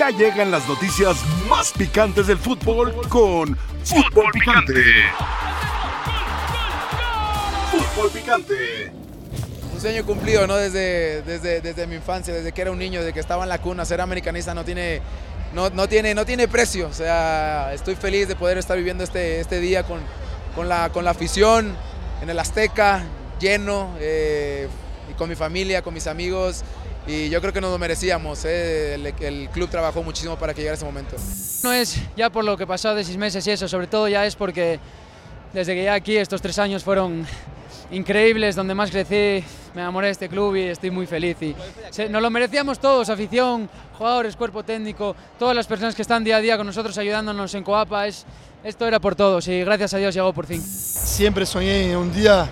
Ya llegan las noticias más picantes del fútbol con Fútbol Picante. Fútbol Picante. Un sueño cumplido, ¿no? Desde, desde, desde mi infancia, desde que era un niño, desde que estaba en la cuna, ser americanista no tiene, no, no tiene, no tiene precio. O sea, estoy feliz de poder estar viviendo este, este día con, con, la, con la afición, en el Azteca, lleno, eh, y con mi familia, con mis amigos. Y yo creo que nos lo merecíamos. eh. El, el club trabajó muchísimo para que llegara ese momento. No es ya por lo que pasó de seis meses y eso, sobre todo ya es porque desde que llegué aquí estos tres años fueron increíbles, donde más crecí, me enamoré de este club y estoy muy feliz. Y se- nos lo merecíamos todos, afición, jugadores, cuerpo técnico, todas las personas que están día a día con nosotros ayudándonos en Coapa, es, esto era por todos y gracias a Dios llegó por fin. Siempre soñé un día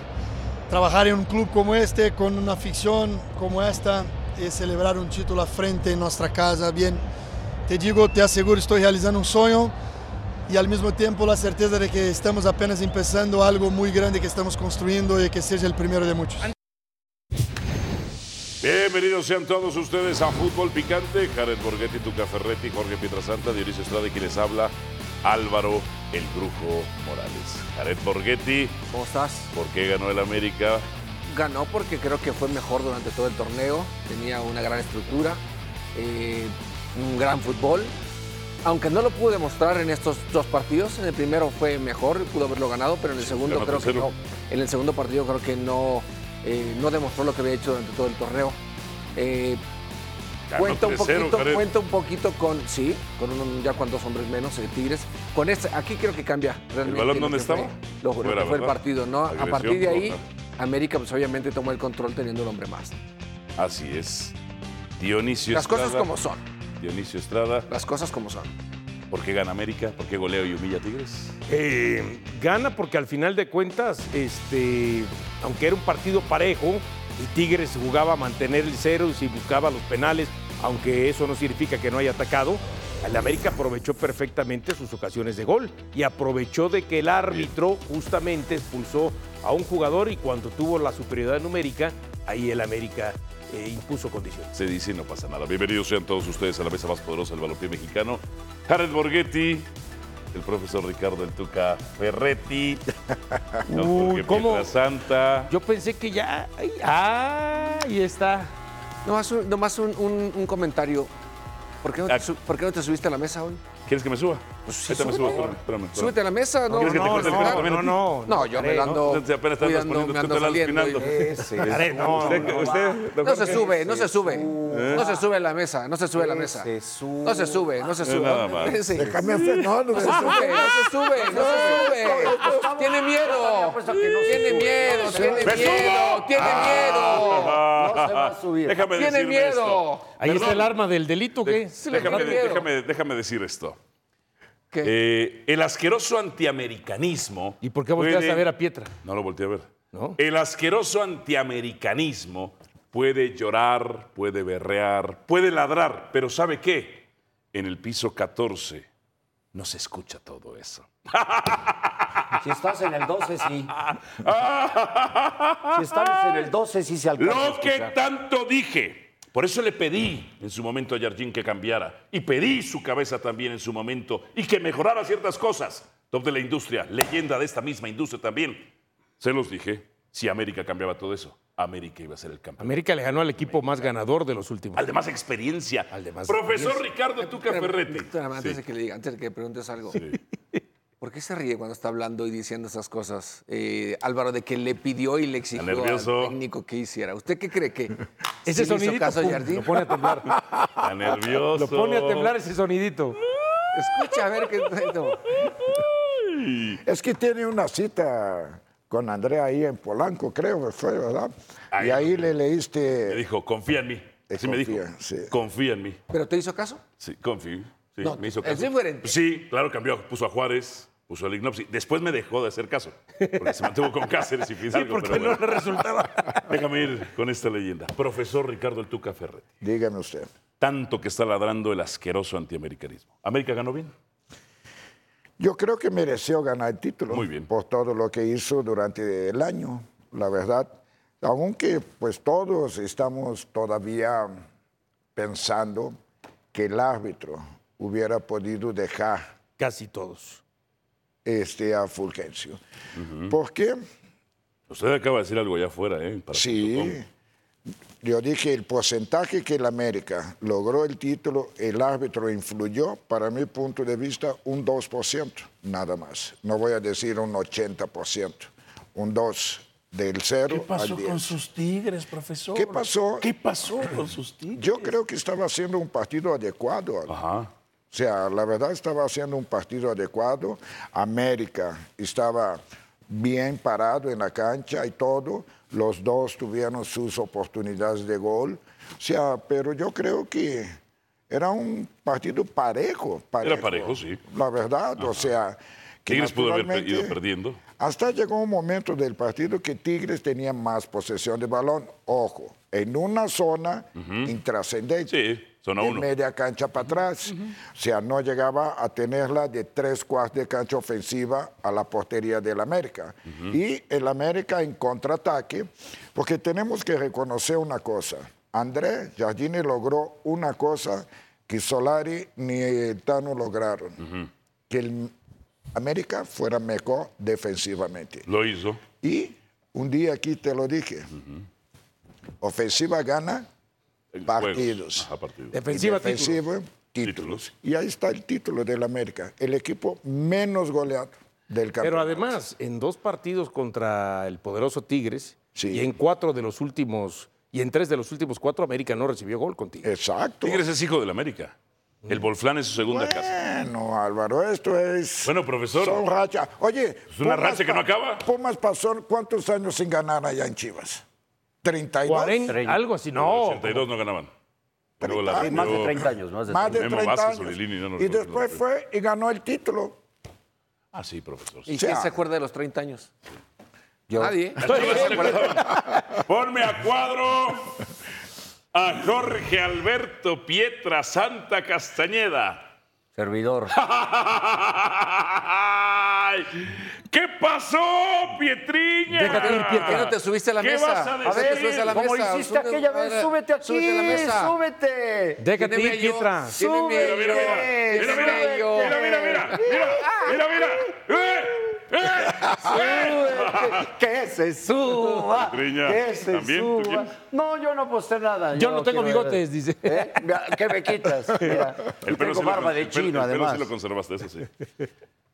trabajar en un club como este, con una afición como esta, y celebrar un título a frente en nuestra casa. Bien, te digo, te aseguro, estoy realizando un sueño y al mismo tiempo la certeza de que estamos apenas empezando algo muy grande que estamos construyendo y que sea el primero de muchos. Bienvenidos sean todos ustedes a Fútbol Picante. Jared Borghetti, Tuca Ferretti, Jorge Pietrasanta, Dionisio Estrada y quien les habla, Álvaro El Brujo Morales. Jared Borghetti, ¿Cómo estás? ¿por qué ganó el América? Ganó porque creo que fue mejor durante todo el torneo, tenía una gran estructura, eh, un gran fútbol. Aunque no lo pudo demostrar en estos dos partidos, en el primero fue mejor, pudo haberlo ganado, pero en el segundo ganó creo que 3-0. no. En el segundo partido creo que no, eh, no demostró lo que había hecho durante todo el torneo. Eh, Ganó Cuenta un, 3-0, poquito, Jared. cuenta un poquito con, sí, con un, ya con dos hombres menos, eh, Tigres. Con este, aquí creo que cambia realmente. balón lo dónde que fue- estaba? Lo, lo que Fuera, fue el ¿verdad? partido, ¿no? Agresión, a partir de ahí, roja. América pues obviamente tomó el control teniendo un hombre más. Así es. Dionisio Las Estrada. cosas como son, Dionisio Estrada, las cosas como son. ¿por qué gana América? ¿Por qué goleo y humilla a Tigres? Eh, gana porque al final de cuentas, este, aunque era un partido parejo, y Tigres jugaba a mantener el cero y si buscaba los penales, aunque eso no significa que no haya atacado, el América aprovechó perfectamente sus ocasiones de gol y aprovechó de que el árbitro justamente expulsó a un jugador y cuando tuvo la superioridad numérica, ahí el América eh, impuso condiciones. Se dice y no pasa nada. Bienvenidos sean todos ustedes a la mesa más poderosa del balompié mexicano. Jared Borghetti, el profesor Ricardo El Tuca Ferretti, don Uy, Jorge ¿cómo? Pietrasanta. Yo pensé que ya... ay, ah, ahí está. Nomás un, nomás un, un- un comentario. ¿Por qué, no Ah. te, su- por qué no te subiste a la mesa hoy? ¿Quieres que me suba? Pues sí, Ahorita me subo, súbete. espérame, espérame, espérame. Súbete a la mesa, ¿no? ¿Quieres que te no, corte el no, pelo también a no, ti? no, No, yo me Haré, lo ¿no? ando Entonces, apenas estás cuidando, poniendo, me tú ando te la andas saliendo. pinando. Eh, Usted- Haré, no, usted- no, usted- No se sube, no se sube. No se sube a la mesa, no se sube a la mesa. se suba. No se sube, no se sube. nada más. Sí. Le cambiaste, no, no No se se sube, no se sube, no se sube. Tiene miedo. Tiene miedo, tiene ¡Me miedo, subo! tiene Ah. miedo. No se va a subir. Déjame Tiene decirme miedo. esto. Ahí está el arma del delito, ¿qué? Sí, le Déjame, tiene miedo. déjame- déjame decir esto. ¿Qué? Eh, el asqueroso antiamericanismo. ¿Y por qué volteas puede- a ver a Pietra? No lo volteé a ver. ¿No? El asqueroso antiamericanismo puede llorar, puede berrear, puede ladrar, pero ¿sabe qué? En el piso 14 no se escucha todo eso. Si estás en el 12, sí. Si estás en el 12, sí se alcanza. a Lo que escuchar. tanto dije. Por eso le pedí en su momento a Jardín que cambiara. Y pedí su cabeza también en su momento y que mejorara ciertas cosas. Top de la industria, leyenda de esta misma industria también. Se los dije, si América cambiaba todo eso, América iba a ser el campeón. América le ganó al equipo más ganador de los últimos. Al de más experiencia. Al de más Profesor Ricardo Tuca Espérame, Ferretti. espérame, Antes Sí. de que le diga, antes de que preguntes algo. Sí. ¿Por qué se ríe cuando está hablando y diciendo esas cosas, eh, Álvaro, de que le pidió y le exigió al nervioso. técnico que hiciera? ¿Usted qué cree que Ese sí le hizo sonidito caso a pum, Jardín? lo pone a temblar. Está nervioso. lo pone a temblar ese sonidito. Escucha, a ver qué... no. Es que tiene una cita con Andrea ahí en Polanco, creo que fue, ¿verdad? Ahí y ahí lo- le leíste. Me dijo, confía en mí. Te Sí, me dijo. confía, sí. Confía en mí. ¿Pero te hizo caso? Sí, confío. Sí, No, me hizo es caso. diferente. Sí, claro, cambió. Puso a Juárez, puso a Lignopsi. Después me dejó de hacer caso, porque se mantuvo con Cáceres y Fidalgo. porque pero no bueno. le resultaba. Déjame ir con esta leyenda. Profesor Ricardo El Tuca Ferretti. Dígame usted. Tanto que está ladrando el asqueroso antiamericanismo. ¿América ganó bien? Yo creo que mereció ganar el título Muy bien. por todo lo que hizo durante el año, la verdad. Aunque pues todos estamos todavía pensando que el árbitro hubiera podido dejar Casi todos. este, a Fulgencio. ¿Por qué? Usted acaba de decir algo allá afuera, ¿eh? Para Sí. Yo dije, el porcentaje que el América logró el título, el árbitro influyó, para mi punto de vista, un 2%, nada más. No voy a decir un 80%, un 2% del 0 ¿Qué al pasó 10. con sus tigres, profesor? ¿Qué pasó? ¿Qué pasó con sus tigres? Yo creo que estaba haciendo un partido adecuado. Alan. O sea, la verdad estaba haciendo un partido adecuado. América estaba bien parado en la cancha y todo. Los dos tuvieron sus oportunidades de gol. O sea, pero yo creo que era un partido parejo. parejo, sí. La verdad, o sea... que Tigres pudo haber per- naturalmente- ido perdiendo. hasta llegó un momento del partido que Tigres tenía más posesión de balón, ojo, en una zona intrascendente. Sí, zona de uno. media cancha para atrás. O sea, no llegaba a tenerla de tres cuartos de cancha ofensiva a la portería del América. Y el América en contraataque, porque tenemos que reconocer una cosa. Andrés Jardine logró una cosa que Solari ni el Tano lograron. Que el América fuera mejor defensivamente. Lo hizo. Y un día aquí te lo dije, ofensiva gana en partidos. juegos. Ajá, partidos. Defensiva, Y defensiva, títulos. Títulos. Y ahí está el título del América, el equipo menos goleado del campeonato. Pero además, en dos partidos contra el poderoso Tigres Sí. y en cuatro de los últimos y en tres de los últimos cuatro América no recibió gol con Tigres. Exacto. Tigres es hijo del América. El Bolflán es su segunda casa. Bueno, Álvaro, esto es. Bueno, profesor. Son racha. Oye. Es una racha que no acaba. Pumas pasó cuántos años sin ganar allá en Chivas? 32. 40, algo así. No, 82 no ganaban. Luego la Sí, más Más de perdió 30 años, más de Más de Ah, Memo 30 Vázquez, años. Solilini, no, no, y no, no, después no. fue y ganó el título. Ah, sí, profesor. ¿Y O sea, quién se acuerda de los 30 años? Nadie. Ponme a cuadro a Jorge Alberto Pietra Santa Castañeda. servidor. ¡Ay! ¿Qué pasó, Pietriña? Déjate ir, Pietra. ¿Por qué no te subiste a la ¿Qué mesa? vas a ¿Por qué no te decir? subiste a la Como mesa? hiciste Sube- aquella vez, súbete aquí, Súbete a la mesa. súbete. déjate Tiene ir, mello, Pietra. tiene Mira, mello, mira, mira, mira, tiene mello. mira, mira, mira, mira, mira, mira, mira. ¡Eh! ¡Eh! Que se suba. Riña, que se también, ¿tú suba. quién? No, yo no posté nada. Yo no tengo quiero- bigotes, dice. ¿Eh? Mira, ¿Qué me quitas? Mira, El pelo tengo sí lo- barba de el pelo- chino, el pelo además. sí lo conservaste, eso sí.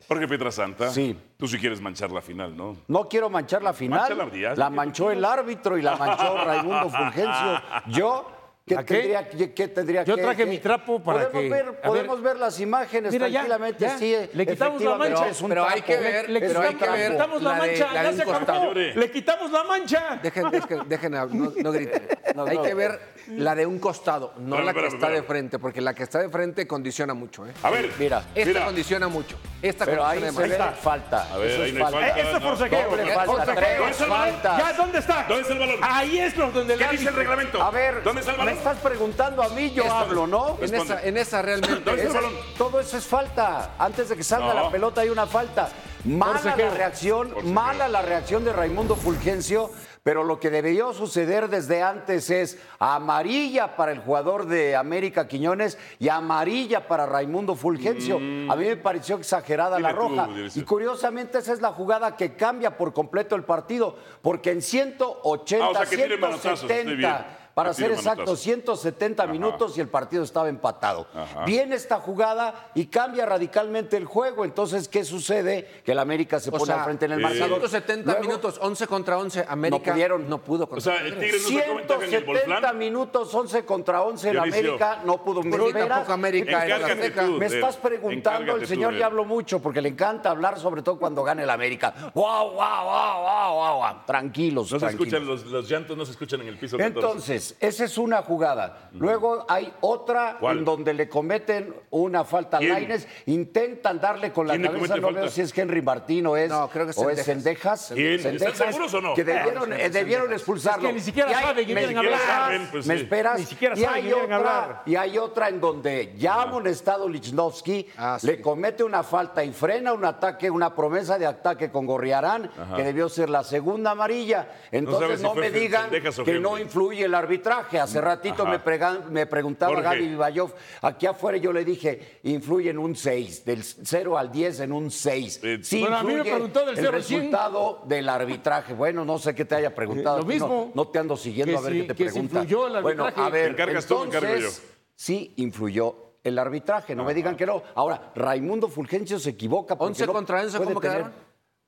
Jorge Pietra Santa, Sí. tú sí quieres manchar la final, ¿no? No quiero manchar la final. Mancha la- ya, la sí, manchó el árbitro y la manchó Raimundo Fulgencio. Yo. ¿Qué ¿A qué? tendría, que- qué tendría Yo que- traje que- mi trapo para podemos que- a Ver, ver. podemos ver las imágenes Mira, ya, tranquilamente. ya. Sí, Le quitamos la efectivamente, mancha. es un Pero hay trapo. que ver, Le, Es pero un hay que trapo. ver. quitamos la, la de- mancha, la ya de se un acabó. costado. Le quitamos la mancha. Dejen, dejen- dejen hab- no, no griten. No, Hay no. que ver la de un costado, no la Espérame, que espérame, está de espérame. frente, porque la que está de frente condiciona mucho. ¿eh? A ver, Mira, Esta Mira. condiciona mucho. Esta Pero ahí condiciona se ve demasiado. falta. a ver, Eso ahí es no hay falta. falta. Eso es no. Eh, forcejeo. Doble Es falta, forcejeo. tres Eso no es- faltas. ¿Ya dónde está? ¿Dónde está el balón? Ahí es lo- donde ¿Qué la dice el reglamento? A ver, ¿dónde está me el balón? estás preguntando a mí, yo Esto- hablo, ¿no? Es En cuando- esa, en esa realmente. ¿Dónde está el balón? Todo eso es falta. Antes de que salga No. la pelota hay una falta. Mala Forcejeo. la reacción, mala la reacción de Raimundo Fulgencio, pero lo que debió suceder desde antes es amarilla para el jugador de América Quiñones y amarilla para Raimundo Fulgencio. A mí me pareció exagerada la Dime Mm. tú, roja. Dionisio. y curiosamente esa es la jugada que cambia por completo el partido, porque en 180, Ah, o sea, que tiene manotazos, estoy bien. 170, para Que tiene ser exacto, manotazos. 170 minutos y el partido estaba empatado. Viene esta jugada y cambia radicalmente el juego. Entonces, ¿qué sucede? Que el América se O pone sea, al frente en el sí. marcador. 170 Luego, minutos, 11 contra 11. América pudieron. no pudo O contra sea, el Tigre no se comenta en el 170 Volflán. minutos, 11 contra 11 en Dionisio. América. No pudo Pero tampoco América Entonces, en la Azteca. Me estás Encárgate preguntando, tú, el señor Del. ya habló mucho porque le encanta hablar, sobre todo cuando gana el América. ¡Wow, wow, wow, wow, wow! wow. Tranquilos, No se tranquilos. escuchan los, los llantos, no se escuchan en el piso. 14. Entonces, esa es una jugada. Luego hay otra ¿Cuál? en donde le cometen una falta a ¿Quién? Lainez, intentan darle con la ¿Quién le cabeza, comete no veo falta? si es Henry Martín o es, No, creo que es o es Sendejas. Sendejas. ¿Quién? ¿Están Sendejas, seguros o no? Que debieron, Ah, eh, debieron expulsarlo. Es que ni siquiera Y hay- saben que me vienen a hablar. esperas, Saben, pues, me sí. esperas. Ni siquiera y saben hay que vienen a otra- hablar. Y hay otra en donde ya ha amonestado Lichnowsky, Ah, sí. le comete una falta y frena un ataque, una promesa de ataque con Gorriarán, que debió ser la segunda amarilla. sabes Entonces si no, fue me digan Sendejas o que no Henry. influye el arbitraje. Hace Mm, ratito Ajá. me, prega- me preguntaba Jorge. Gaby Vivayov, aquí afuera yo le dije, influye en un 6, del 0 al 10 en un 6. Eh, Sí, bueno, a mí me influye preguntó del el 0 al 100. resultado del arbitraje. Bueno, no sé qué te haya preguntado. Eh, lo a ti no- mismo. No, te ando siguiendo Que a ver si- qué te que si pregunta. influyó el bueno, a arbitraje. ver, Te encargas tú, me encargo yo. entonces, sí influyó el arbitraje, no me digan que no. Ahora, Raimundo Fulgencio se equivoca. porque 11 no contra 11, puede ¿cómo tener- quedaron?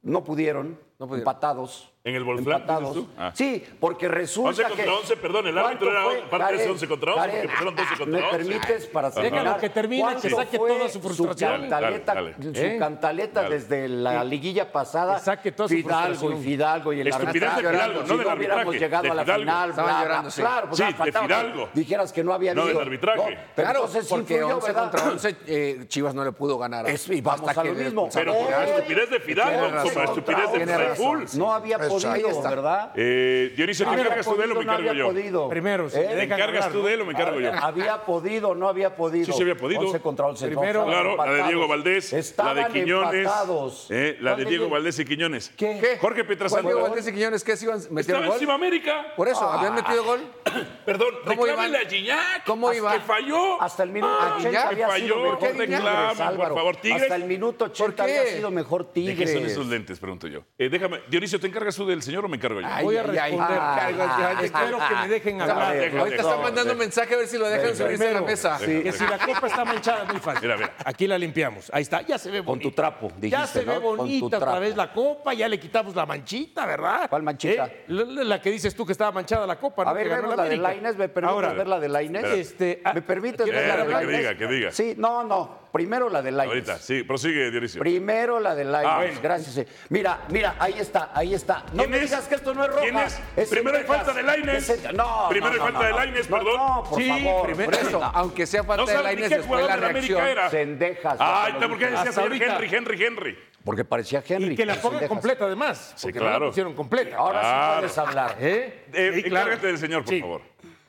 No pudieron, No pudieron. empatados. ¿En el volflán, Empatados. dices tú? Ah. Sí, porque resulta 11 que... contra 11, perdón, el árbitro ¿Cuánto era fue? parte de ese Jared, 11 contra 11, porque Jared, pusieron 12 contra ¿Me 11? permites para Ajá. terminar? Déjalo que termine, ¿Cuánto que saque fue toda su frustración? ¿Eh? Su cantaleta, Dale, dale, su cantaleta Dale. desde la liguilla pasada. Que saque toda su Fidalgo y frustración. Fidalgo y el Estupidez de arbitraje. Fidalgo, no si del no hubiéramos arbitraje, llegado de a la Fidalgo. final, Estaban bla, bla, llorando, sí. Claro, pues, Sí, ah, de faltaba que Fidalgo. Dijeras que no había No, del habido. arbitraje. pero Claro, entonces porque influyó, 11 ¿verdad? contra 11 eh, Chivas no le pudo ganar. a- Es- y vamos hasta a lo que mismo. Pero este Hoy, por la estupidez de Fidalgo, tiene por la razón, estupidez de tiene Red razón. Bull. No había Exacto. Ahí podido, está. ¿verdad? Eh, Dionisio, ¿te Había encargas tú de él o me podido, no encargo había yo? podido. Primero, si ¿Eh? Ah, le ¿Te dejan encargas hablar, tú ¿no? de él o me encargo yo? Había podido, no había podido. Sí, se había podido. 11 contra 11. Primero. no, estaban Claro, la de Diego empatados. Valdés, la Estaban de Quiñones, empatados. eh, la de ¿Cuál Diego Valdés y Quiñones. ¿Qué? Jorge Pietrasanta. Diego Valdés y Quiñones, ¿qué? ¿Sí iban- ¿Metieron Estaba gol? encima América. Por eso, ¿habían metido gol? Perdón, ¿Cómo reclámenle iban? a Gignac. ¿Cómo hasta iban? Que falló. Hasta el minuto Ah, 80 que había sido falló. mejor ¿Qué Tigres, reclaman, por Álvaro. favor, Tigres? Hasta el minuto 80 ¿Por qué? había sido mejor ¿De qué Tigres. son esos lentes? Pregunto yo. Eh, déjame, Dionisio, ¿te encargas tú de él, señor, o me encargo yo? Ay, Voy a ay, ay. responder. Ah, Carlos, ah, espero ah, que me dejen ah, hablar. ah, Déjame, Ahorita están déjame, mandando un déjame. mensaje a ver si lo dejan subirse a la Primero, mesa. sí, que si la copa está manchada, muy fácil. Mira, mira. Aquí la limpiamos. Ahí está. Ya se ve bonita. tu trapo, Ya dijiste, se ve ¿no? Con tu bonita otra trapo. vez la copa. Ya le quitamos la manchita, ¿verdad? ¿Cuál manchita? ¿Eh? La, la- la que dices tú que estaba manchada la copa. A ¿no? ver, Que ganó vemos la de América. Lainez. ¿Me permites Ahora, ver la de Lainez? Este, ah, ¿Me permites ¿quieres ver la ver de la que Lainez? diga, que diga. Sí, no, no. Primero la de Lainez. Ahorita, sí, prosigue, Dionisio. Primero la de Lainez. Ah, bueno. Gracias. Mira, mira, ahí está, ahí está. No ¿Quién me es? digas que esto no es roja. ¿Quién es? en Primero hay Texas. falta de Lainez. Es en- No, Primero no, hay no, falta de no, no. Lainez, No, perdón. No, por Sí, favor. primero. Por eso, aunque sea No falta de saben ni Lainez, qué después jugador la de la América reacción. era. Sendejas. Ay, ya te lo ¿por dije. qué decía Hasta señor ahorita. Henry, Henry, Henry? Porque parecía Henry. Y que la pero pongan Sendejas. completa, además. Sí, porque No claro. la pusieron completa. Ahora Claro. sí puedes hablar. ¿Eh? Eh, Sí, encárgate del señor, por favor.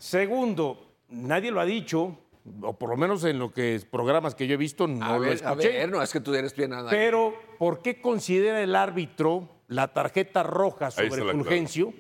Segundo, nadie lo ha dicho, o por lo menos en los que programas que yo he visto no A ah, lo ver, a escuché. ver, no, es que tú eres bien nada. Pero, ¿por qué considera el árbitro la tarjeta roja Ahí sobre está la Fulgencio,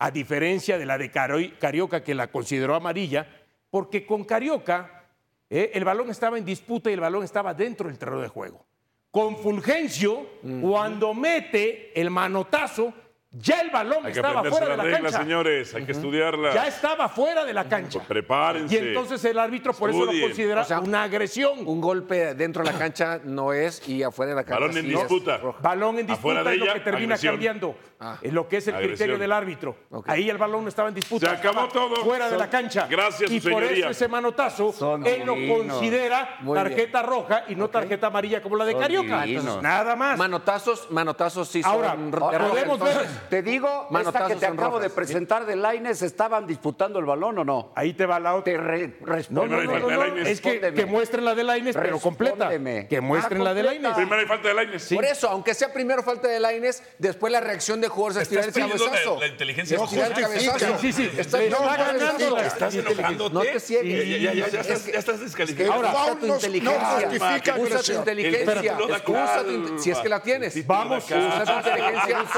a diferencia de la de Caro- Carioca, que la consideró amarilla? Porque con Carioca eh, el balón estaba en disputa y el balón estaba dentro del terreno de juego. Con Fulgencio, cuando mete el manotazo, ya el balón Hay que estaba aprenderse fuera de las la reglas, cancha. señores. Hay que Ya estudiarlas. estaba fuera de la cancha. Pues prepárense. Y entonces el árbitro por eso Estudien. lo considera O sea, una agresión. Un golpe dentro de la cancha no es y afuera de la cancha. Balón en sí es disputa. roja. Balón en disputa Afuera de es lo ella, que termina agresión. cambiando. Ah. Es lo que es el Agresión. criterio del árbitro. Ok. Ahí el balón no estaba en disputa. Se acabó estaba todo. Fuera de Son- la cancha. Gracias, Y su por señoría. eso ese manotazo, Son él lo divinos. considera Muy tarjeta roja y no tarjeta amarilla como la de Son Carioca. divinos. Entonces, nada más. Manotazos, manotazos sí Ahora, son de ahora roja, podemos entonces. ver. Te digo, esta Manotazos que te son acabo rojas. de presentar de Laines, ¿estaban disputando el balón o no? Ahí te va la otra. Te re- No, respondo. no, Primero hay no, falta de no, Lainez. Es que, Respóndeme. que muestren la de Lainez, pero completa. Respóndeme. Que muestren Ah, la de completa. Lainez. Primero hay falta de Lainez. Sí. Por eso, aunque sea primero falta de Laines, después la reacción de jugadores es tirar el perdiendo cabezazo. la- la inteligencia Es tirar el justifica. cabezazo. Sí, sí, sí. Estás- Le no, está no, no, ganando no, la- Estás enojándote. No te ciegues. Ya, ya, ya, ya estás, ya estás El descalificado. Ahora, foul Usa tu no, no inteligencia. justifica Usa tu agresión. inteligencia. Espérate. Usa tu inte- Si es que la tienes. Vamos. Usa tu inteligencia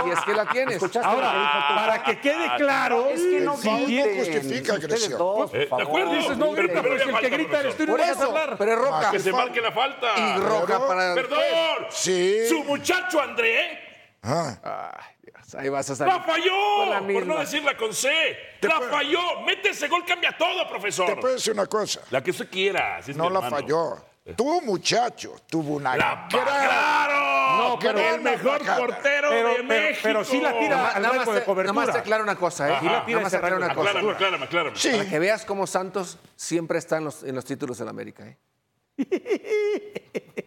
si es que la tienes. ¿Escuchaste Ahora, lo que dijo tu para que quede claro, Es que no si griten. justifica Ustedes agresión. dos, Eh, de por acuerdo. favor. dices no Pero grita, primero pero si el falta, Ah, que grita eres tú y no Por vas a eso, hablar. pero es roja. Que se marque la falta. Y roja para. ¡Perdón! Sí. ¡Su muchacho André ¿eh? Ah, Ahí vas a la salir. Por la falló! Por misma. no decirla con C. Te ¡La puedo- falló! ¡Mete ese gol, cambia todo, te profesor! puedo decir una cosa. La que usted quiera. si es No mi la hermano. falló. Tu muchacho tuvo una ¡La gran- claro! No, pero- el mejor Gran portero Pero- de pero- México. pero sí la tira. Nada más- nada al rango más te- de Nada más cobertura. te aclaro una cosa, ¿eh? Y la tira Nada más ese te aclaro rango una de cosa. Aclárame, aclárame, aclárame. Sí. Para que veas cómo Santos siempre está en los, en los títulos de la América. ¿eh?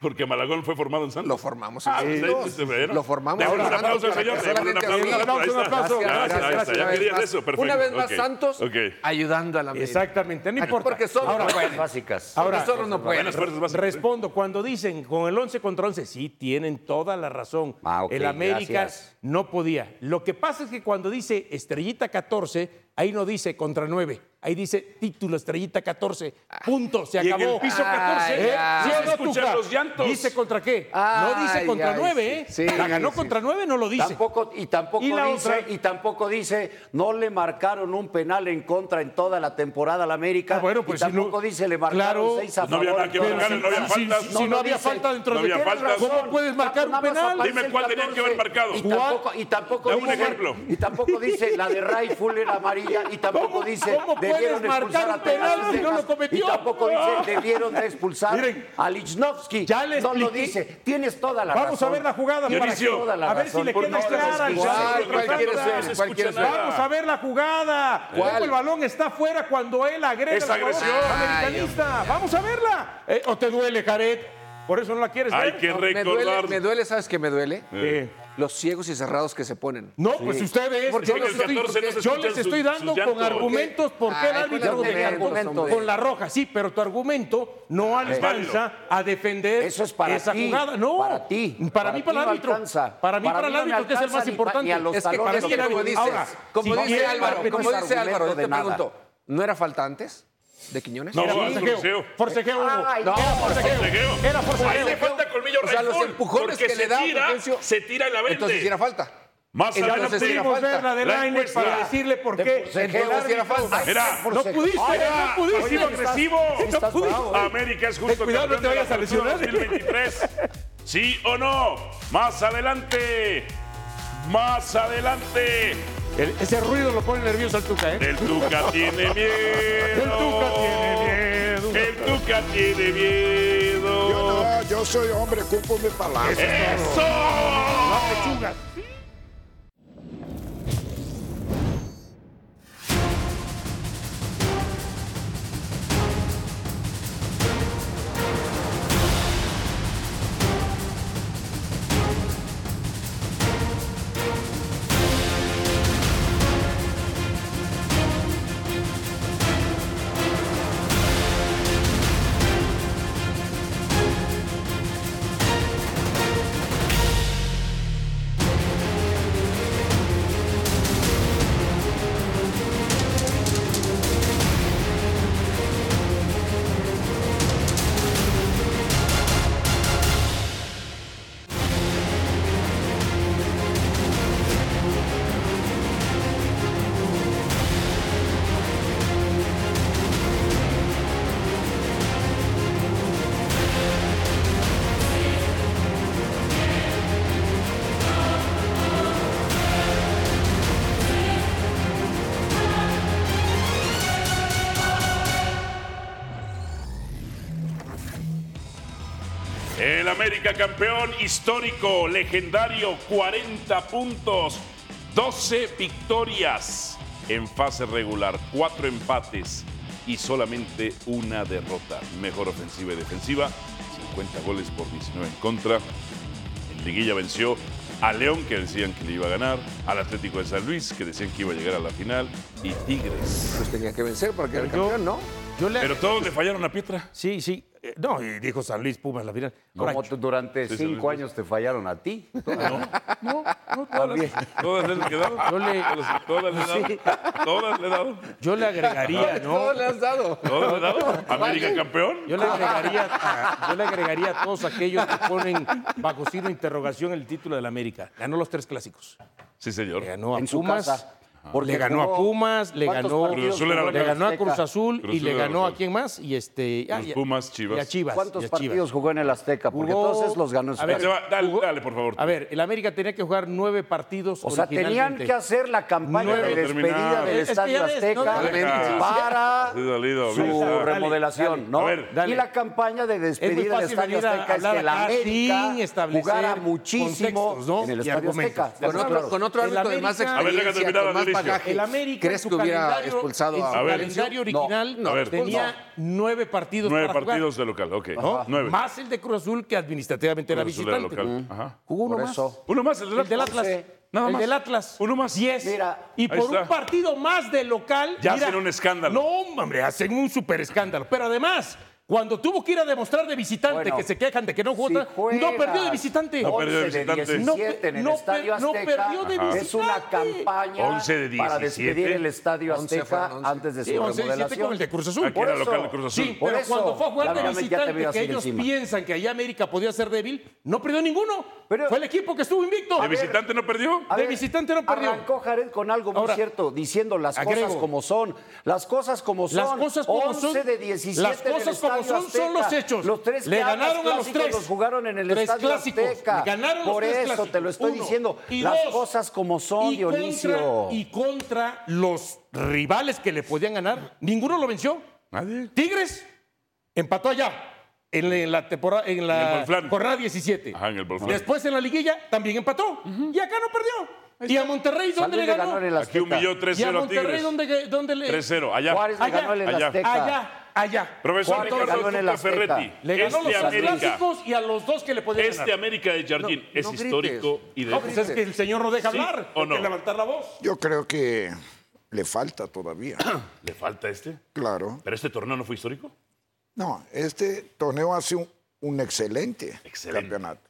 Porque Malagón fue formado en Santos. Lo formamos. en Ah, pues ahí, Santos. pues, bueno. Lo formamos. Démosle un en aplauso Santos al señor. para que démosle solamente un así- aplauso. Un aplauso, Ahí está. gracias, Ahí está, gracias, Ya gracias. querías eso. Perfecto. Una vez más, ok, Santos ok. ayudando a la América. Exactamente, no Aquí importa. Porque solo Ahora, no pueden. Las básicas. Ahora, Porque solo no pueden. Buenas fuerzas vas a- respondo, cuando dicen con el 11 contra 11, sí, tienen toda la razón. Ah, ok, el América gracias. no podía. Lo que pasa es que cuando dice estrellita 14, ahí no dice contra 9. Ahí dice título, estrellita 14. Punto, se Y en acabó. el piso 14, ¿Eh? ay, ¿Sí o ay. no, escuchan Tuca? los llantos. Dice contra qué. no dice Ay, contra ay, 9, sí, ¿eh? sí, La ganó sí. contra 9, no lo dice. Tampoco, y tampoco Y la dice, otra- y tampoco dice, no le marcaron un penal en contra en toda la temporada al América. Ah, bueno, pues y si no- tampoco dice, le marcaron Claro. seis a Pues No había favor, nada que entonces- marcar, no había sí, sí, faltas. sí, sí, No, no, no había dice. falta dentro No de había faltas. ¿Cómo puedes marcar un Nada más penal? aparece Dime el cuál tenía que haber 14. marcado. Y tampoco, y tampoco Da un dice, ejemplo. Y tampoco dice la de Ray Fuller amarilla. Y tampoco ¿Cómo- dice cómo puedes debieron marcar expulsar un a Tenas penal si Tenas", no lo cometió? Y tampoco Ah. dice debieron de expulsar Miren, a Lichnowsky. ya le no lo expliqué. dice. Tienes toda la Vamos razón. a ver la jugada, Tienes Dionisio, toda la a ver si razón. le Por queda no haber clara. escuchado ya el se programa, retrata. no se ser? ¿Cuál escucha quieres nada. Vamos a ver la jugada. Eh. ¿Cómo el balón está fuera cuando él agrega Es el jugador agresión. Ay, americanista? Vamos a verla. Eh, ¿O te duele, Jared? Por eso no la quieres Hay ver. que Me duele, recordar. me duele, ¿sabes qué me duele? Eh, Los ciegos y cerrados que se ponen. No, pues ustedes. Porque yo en les el estoy, 14 no se yo escuchan les estoy sus- dando sus llantos. con argumentos por qué el Ay, árbitro Ah, con no argumentos, tenía argumentos. hombre. Con la roja, sí, pero tu argumento no Ah, alcanza a defender Eso es para esa ti, jugada. No, para ti. Para, Para mí, ti para el no árbitro. alcanza. Para mí, Para para, mí no el me árbitro, que es el alcanza más ni pa- importante. ni a los Es que, Valores es que que como tú dices, Ahora, como si dice quiere Álvaro, arbitrar- como no es dice argumento Álvaro, de te nada. pregunto, ¿no era faltantes de Quiñones? No, Era es forcejeo. forcejeo. Forcejeo. hubo. Ay, Era no, Forcejeo. forcejeo. Era Ahí le forcejeo. falta colmillo O sea, los Rayford, empujones porque que se le da tira, Fulgencio. se tira en la Entonces sí era vente. falta. Más Ya no adelante Entonces, sí era pudimos falta. ver la de La Lainez para encuesta. decirle por qué. Entonces sí era falta. Mira, No pudiste, no Ahora, pudiste. pasivo agresivo. No pudiste. América es justo Ten cuidado, no campeón te de vayas la a Apertura lesionar. 2023. ¿Sí o no? Más adelante. Más adelante. El- ese ruido lo pone nervioso al Tuca, ¿eh? El Tuca tiene miedo. El Tuca tiene miedo. El Tuca tiene miedo. Yo no, yo soy hombre, cumplo mi palabra. ¡Eso! El América campeón histórico, legendario, 40 puntos, 12 victorias en fase regular, 4 empates y solamente una derrota. Mejor ofensiva y defensiva, 50 goles por 19 en contra. En Liguilla venció a León, que decían que le iba a ganar, al Atlético de San Luis, que decían que iba a llegar a la final, y Tigres. Pues tenía que vencer para quedar Pero yo- campeón, ¿no? Yo le- Pero todos le fallaron a Pietra. Sí, sí. Eh, No, y dijo San Luis Pumas la final. Ahora, Como tú durante Sí, sí, cinco sí. años te fallaron a ti. no, no, También. Todas le han quedado. Yo le- Todas, todas le he dado. Todas le he dado. yo le agregaría, ¿no? Todos le has dado. ¿Todas le he dado. América campeón. Yo le, agregaría a, yo le agregaría a todos aquellos que ponen bajo signo de interrogación el título del América. Ganó los tres clásicos. Sí, señor. Le ganó a En su Pumas. casa. Porque le ganó jugó- a Pumas, le ¿Cuántos ganó, partidos Cruz Azul era jugó la le en ganó a Azteca? Cruz Azul Cruz y Azul le era la ganó a local. quién más y este ah, Los y a- Pumas, Chivas. y a Chivas ¿Cuántos y a Chivas. partidos jugó en el Azteca? Porque Jugó- todos esos los ganó en su A ver, casa. Te va- dale, jugó- dale, por favor. A ver, el América tenía que jugar nueve partidos. O sea, tenían originalmente. que hacer la campaña de Nueve. despedida Terminar. del Es que Estadio ya ves, no, Azteca dale. Deja. para Estoy dolido, bien su está. remodelación, A ¿no? ver, dale. Y la campaña de despedida del fácil Estadio venir a Azteca es hablar que el acá sin América establecer jugara muchísimo contextos, ¿no? en el Y Estadio argumentos. Azteca. Con Bueno, otro, claro. con otro El árbitro de más América- A ver, deja experiencia, terminar con a más Dionisio. bagaje. El América ¿Crees en su que hubiera calendario- expulsado en su A a... ver. calendario original No, no, tenía nueve partidos Nueve para jugar, partidos de local, ok. ¿no? Nueve. más el de Cruz Azul que administrativamente era Cruz Azul era visitante. local. Ajá. Jugó uno Por más. eso. Uno más, el El del Atlas. Nada el más. del Atlas. Uno más. Diez. Mira. y Ahí por un está. partido más de local. Ya mira, hacen un escándalo. No, hombre, hacen un super escándalo. Pero además, Cuando tuvo que ir a demostrar de visitante Bueno, que se quejan de que no jugó, si no juegas perdió de visitante. No perdió de 11 de visitante. 17 en el per- Estadio no Azteca. perdió de Ajá. visitante. Es una campaña 11 de para despedir 17. el Estadio Azteca antes de su Sí, 11 de 17 remodelación. con el de Cruz Azul. Aquí era Por local de eso. de Cruz Azul. Sí, Por pero eso, cuando fue a la jugar de verdad, ya te visitante, veo así que ellos encima. piensan que allá América podía ser débil, no perdió ninguno. fue el equipo que estuvo invicto. A ver, visitante no perdió? A De ver, visitante no perdió. Arrancó Jared con algo muy Ahora, cierto, diciendo las cosas agrego. como son. Las cosas como son. Las cosas como 11 son. de 17 Las en el cosas como Estadio son, son Azteca. los hechos. Los tres Le clásicos ganaron a los tres. los jugaron en el Tres Estadio clásicos. Azteca. Ganaron los Por tres eso clásicos. te lo estoy Uno. diciendo. Y las dos. cosas como son, Y Dionisio. contra- y contra los rivales que le podían ganar, ninguno lo venció. Tigres empató allá en la- en la temporada en En el la Volflán. jornada 17. Ajá, en el Volflán. Después en la liguilla también empató y acá no perdió. Y a Monterrey San dónde Luis le le ganó? ganó en el Aquí Azteca. humilló 3-0 ¿Y a a Monterrey Tigres. dónde dónde le 3-0, allá. Juárez le Allá, ganó en el allá. Azteca. Allá, allá. Profesor Juárez Ricardo le ganó en el Tuca Azteca. Ferretti, Le ganó los este tres América. clásicos y a los dos que le podían ganar. Este América de Jardín es no grites. histórico y de. No, pues es que el señor no deja ¿Sí hablar, ¿O hay que no? levantar la voz. Yo creo que le falta todavía. ¿Le falta este? Claro. ¿Pero este torneo no fue histórico? No, este torneo hace un, un excelente, campeonato.